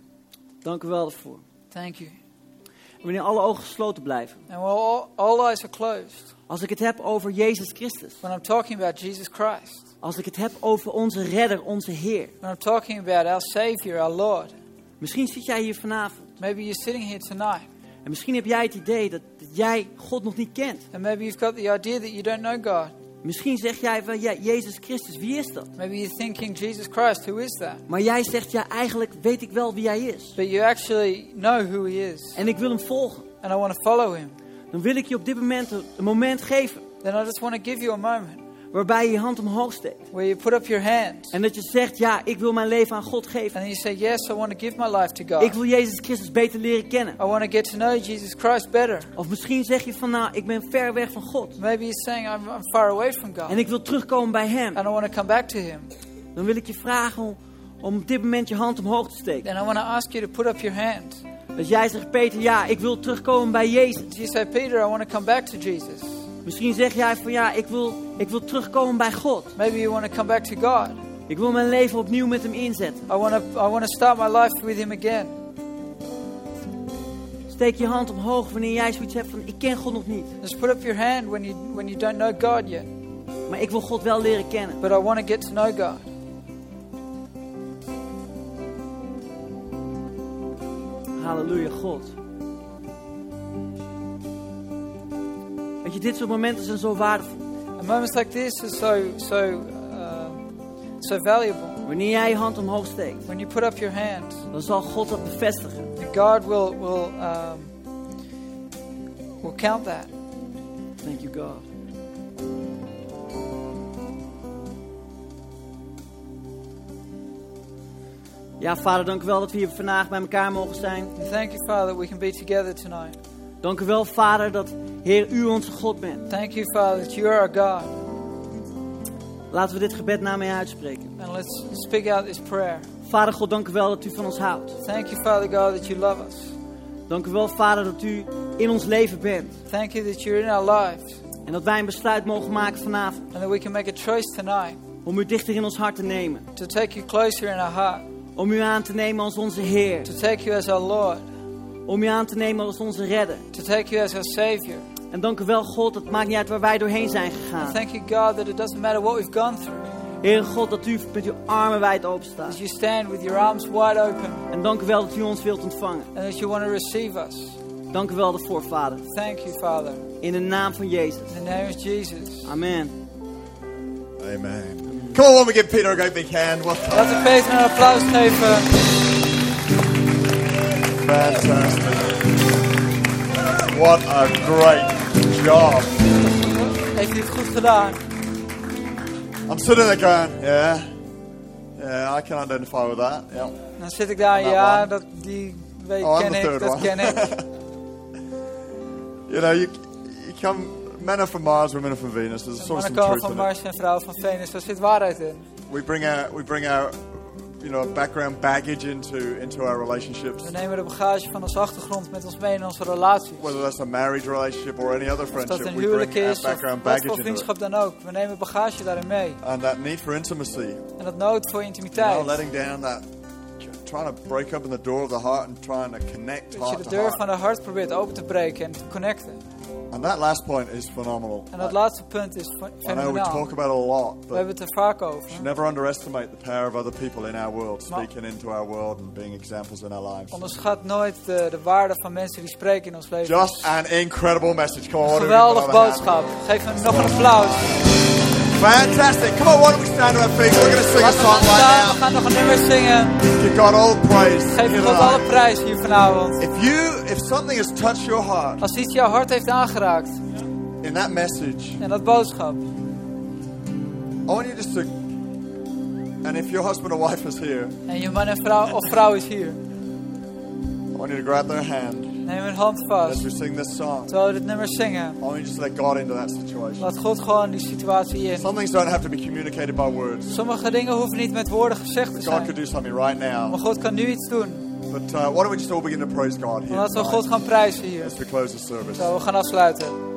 [SPEAKER 3] Dank u wel daarvoor.
[SPEAKER 1] Thank you.
[SPEAKER 3] En wanneer alle ogen gesloten blijven,
[SPEAKER 1] And while all, all eyes are closed,
[SPEAKER 3] als ik het heb over Jezus Christus,
[SPEAKER 1] when I'm talking about Jesus Christ,
[SPEAKER 3] als ik het heb over onze redder, onze Heer.
[SPEAKER 1] when I'm talking about our Savior, our Lord,
[SPEAKER 3] Misschien zit jij hier vanavond
[SPEAKER 1] maybe you're sitting here tonight,
[SPEAKER 3] en misschien heb jij het idee dat, dat jij God nog niet kent.
[SPEAKER 1] and maybe you've got the idea that you don't know God.
[SPEAKER 3] Misschien zeg jij van, ja, Jezus Christus, wie is dat?
[SPEAKER 1] Maybe you're thinking, Jesus Christ, who is that?
[SPEAKER 3] Maar jij zegt, ja, eigenlijk weet ik wel wie hij is.
[SPEAKER 1] But you actually know who He is,
[SPEAKER 3] En ik wil hem volgen.
[SPEAKER 1] and I want to follow Him.
[SPEAKER 3] Dan wil ik je op dit moment een een moment geven
[SPEAKER 1] Then I just want to give you a moment
[SPEAKER 3] waarbij je je hand omhoog steekt.
[SPEAKER 1] where you put up your hand
[SPEAKER 3] En dat je zegt, ja, ik wil mijn leven aan God
[SPEAKER 1] and
[SPEAKER 3] geven.
[SPEAKER 1] you say, Yes, I want to give my life to
[SPEAKER 3] Ik
[SPEAKER 1] God.
[SPEAKER 3] wil Jezus Christus beter leren kennen.
[SPEAKER 1] I want to get to know Jesus Christ better.
[SPEAKER 3] Of misschien zeg je van, nou, ik ben ver weg van God.
[SPEAKER 1] Maybe you're saying, I'm, I'm far away from God
[SPEAKER 3] En ik wil terugkomen bij hem.
[SPEAKER 1] and I want to come back to Him.
[SPEAKER 3] Dan wil ik je vragen om, om op dit moment je hand omhoog te steken.
[SPEAKER 1] Then I want to ask you to put up your hand.
[SPEAKER 3] Als jij zegt, Peter, ja, ik wil terugkomen bij Jezus.
[SPEAKER 1] If you say, Peter, I want to come back to Jesus,
[SPEAKER 3] Misschien zeg jij van, ja, ik wil, ik wil terugkomen bij God.
[SPEAKER 1] maybe you want to come back to God.
[SPEAKER 3] Ik wil mijn leven opnieuw met hem inzetten.
[SPEAKER 1] I want to, I want to start my life with Him again.
[SPEAKER 3] Steek je hand omhoog wanneer jij zoiets hebt van, ik ken God nog niet.
[SPEAKER 1] Just put up your hand when you, when you don't know God yet,
[SPEAKER 3] Maar ik wil God wel leren kennen.
[SPEAKER 1] but I want to get to know God.
[SPEAKER 3] Halleluja, God. Weet je, dit soort momenten zijn zo waardevol.
[SPEAKER 1] And moments like this are so, so, uh, so valuable.
[SPEAKER 3] Wanneer jij je hand omhoog steekt,
[SPEAKER 1] When you put up your hand,
[SPEAKER 3] dan zal God dat bevestigen.
[SPEAKER 1] And God will will um, will count that.
[SPEAKER 3] Thank you, God. Ja, vader, dank u wel dat we hier vandaag bij elkaar mogen zijn.
[SPEAKER 1] And thank you, Father, we can be together tonight.
[SPEAKER 3] Dank u wel, vader, dat Heer, u onze God bent.
[SPEAKER 1] Thank you, Father, that you are our God.
[SPEAKER 3] Laten we dit gebed na mij uitspreken.
[SPEAKER 1] And let's speak out this prayer.
[SPEAKER 3] Vader God, dank u wel dat u van ons houdt.
[SPEAKER 1] Thank you, Father God, that you love us.
[SPEAKER 3] Dank u wel, vader, dat u in ons leven bent.
[SPEAKER 1] Thank you that you're in our lives
[SPEAKER 3] En dat wij een besluit mogen maken vanavond
[SPEAKER 1] and that we can make a choice tonight
[SPEAKER 3] om u dichter in ons hart te nemen.
[SPEAKER 1] to take you closer in our heart,
[SPEAKER 3] Om u aan te nemen als onze Heer.
[SPEAKER 1] to take you as our Lord,
[SPEAKER 3] Om u aan te nemen als onze redder.
[SPEAKER 1] to take you as our Savior.
[SPEAKER 3] En dank u wel, God, het maakt niet uit waar wij doorheen zijn gegaan.
[SPEAKER 2] Ah.
[SPEAKER 1] Thank you, God, that it doesn't matter what we've gone through.
[SPEAKER 3] Heer God, dat u met uw armen wijd open staat.
[SPEAKER 1] As you stand with your arms wide open
[SPEAKER 3] En dank u wel dat u ons wilt ontvangen.
[SPEAKER 1] and that you want to receive us.
[SPEAKER 3] Dank u wel daarvoor, Vader.
[SPEAKER 1] Thank you, Father.
[SPEAKER 3] In de naam van Jezus.
[SPEAKER 1] In the name of Jesus.
[SPEAKER 3] Amen.
[SPEAKER 2] Amen. Come on, we give Peter a great big hand. What
[SPEAKER 1] Laten we Peter een applaus geven.
[SPEAKER 2] fantastic. What a great job.
[SPEAKER 1] Heeft hij het goed gedaan?
[SPEAKER 2] I'm sitting there going, yeah, yeah, I can identify with that. Yeah.
[SPEAKER 1] Dan zit ik daar,
[SPEAKER 2] Nou,
[SPEAKER 1] ja,
[SPEAKER 2] man.
[SPEAKER 1] dat, die weet,
[SPEAKER 2] Oh, I'm
[SPEAKER 1] ken
[SPEAKER 2] the
[SPEAKER 1] ik,
[SPEAKER 2] third
[SPEAKER 1] dat
[SPEAKER 2] one.
[SPEAKER 1] ken ik.
[SPEAKER 2] You know, you, you come, men are from Mars, women are from Venus. There's sort of
[SPEAKER 1] Mannen komen
[SPEAKER 2] some truth
[SPEAKER 1] van
[SPEAKER 2] in it.
[SPEAKER 1] Mars en vrouwen van Venus, daar zit waarheid in.
[SPEAKER 2] We bring our, we bring our, you know, background baggage into into our relationships.
[SPEAKER 1] We nemen de bagage van ons achtergrond met ons mee in onze relatie.
[SPEAKER 2] Whether that's a marriage relationship or any other
[SPEAKER 1] Of dat
[SPEAKER 2] friendship,
[SPEAKER 1] een
[SPEAKER 2] we bring
[SPEAKER 1] huwelijk
[SPEAKER 2] our
[SPEAKER 1] is, of wat
[SPEAKER 2] background
[SPEAKER 1] voor
[SPEAKER 2] baggage into it.
[SPEAKER 1] vriendschap dan ook. We nemen bagage daarin mee.
[SPEAKER 2] And that need for intimacy,
[SPEAKER 1] En dat nood voor
[SPEAKER 2] Now
[SPEAKER 1] intimiteit.
[SPEAKER 2] letting down that, trying to break open the door of the heart and trying to
[SPEAKER 1] Dat
[SPEAKER 2] connect
[SPEAKER 1] je
[SPEAKER 2] heart
[SPEAKER 1] de
[SPEAKER 2] to
[SPEAKER 1] deur van
[SPEAKER 2] heart.
[SPEAKER 1] het hart probeert open te breken en te connecten.
[SPEAKER 2] And that last point is phenomenal.
[SPEAKER 1] En dat laatste punt is fen-
[SPEAKER 2] I know we
[SPEAKER 1] fenomenaal.
[SPEAKER 2] talk about it a lot,
[SPEAKER 1] We
[SPEAKER 2] but
[SPEAKER 1] hebben het er vaak over.
[SPEAKER 2] never underestimate the power of other people in our world,
[SPEAKER 1] Maar-
[SPEAKER 2] speaking into our world and being examples in our lives.
[SPEAKER 1] Onderschat nooit de, de waarde van mensen die spreken in ons leven.
[SPEAKER 2] Just an incredible message. Come on, why don't we give
[SPEAKER 1] Geweldig
[SPEAKER 2] another hand?
[SPEAKER 1] boodschap. Geef hem nog een applaus.
[SPEAKER 2] Fantastic. Come on, why don't we stand to our feet? We're going to sing a
[SPEAKER 1] Laten we
[SPEAKER 2] song
[SPEAKER 1] gaan staan, we
[SPEAKER 2] right
[SPEAKER 1] gaan nog een nummer zingen.
[SPEAKER 2] now. You got all praise.
[SPEAKER 1] Geef
[SPEAKER 2] here
[SPEAKER 1] God alle
[SPEAKER 2] tonight.
[SPEAKER 1] prijs hier vanavond.
[SPEAKER 2] If you, if something has touched your heart
[SPEAKER 1] Als iets jouw hart heeft aangeraakt
[SPEAKER 2] in that message,
[SPEAKER 1] en dat boodschap.
[SPEAKER 2] I want you just to, and if your husband or wife is here,
[SPEAKER 1] En je man en vrouw, of vrouw is hier.
[SPEAKER 2] I want you to grab their hand
[SPEAKER 1] Neem hun hand
[SPEAKER 2] as
[SPEAKER 1] vast.
[SPEAKER 2] we sing this song.
[SPEAKER 1] Terwijl we dit nummer zingen.
[SPEAKER 2] I want you to just let God into that situation.
[SPEAKER 1] Laat God gewoon die situatie in.
[SPEAKER 2] Some things don't have to be communicated by words.
[SPEAKER 1] Sommige dingen hoeven niet met woorden gezegd te
[SPEAKER 2] God could
[SPEAKER 1] zijn.
[SPEAKER 2] do something right
[SPEAKER 1] Maar
[SPEAKER 2] now.
[SPEAKER 1] God kan nu iets doen.
[SPEAKER 2] But uh, why don't we just all begin to praise God here
[SPEAKER 1] Laten we
[SPEAKER 2] tonight
[SPEAKER 1] God gaan prijzen hier.
[SPEAKER 2] as we close the service?
[SPEAKER 1] Zo, we gaan afsluiten.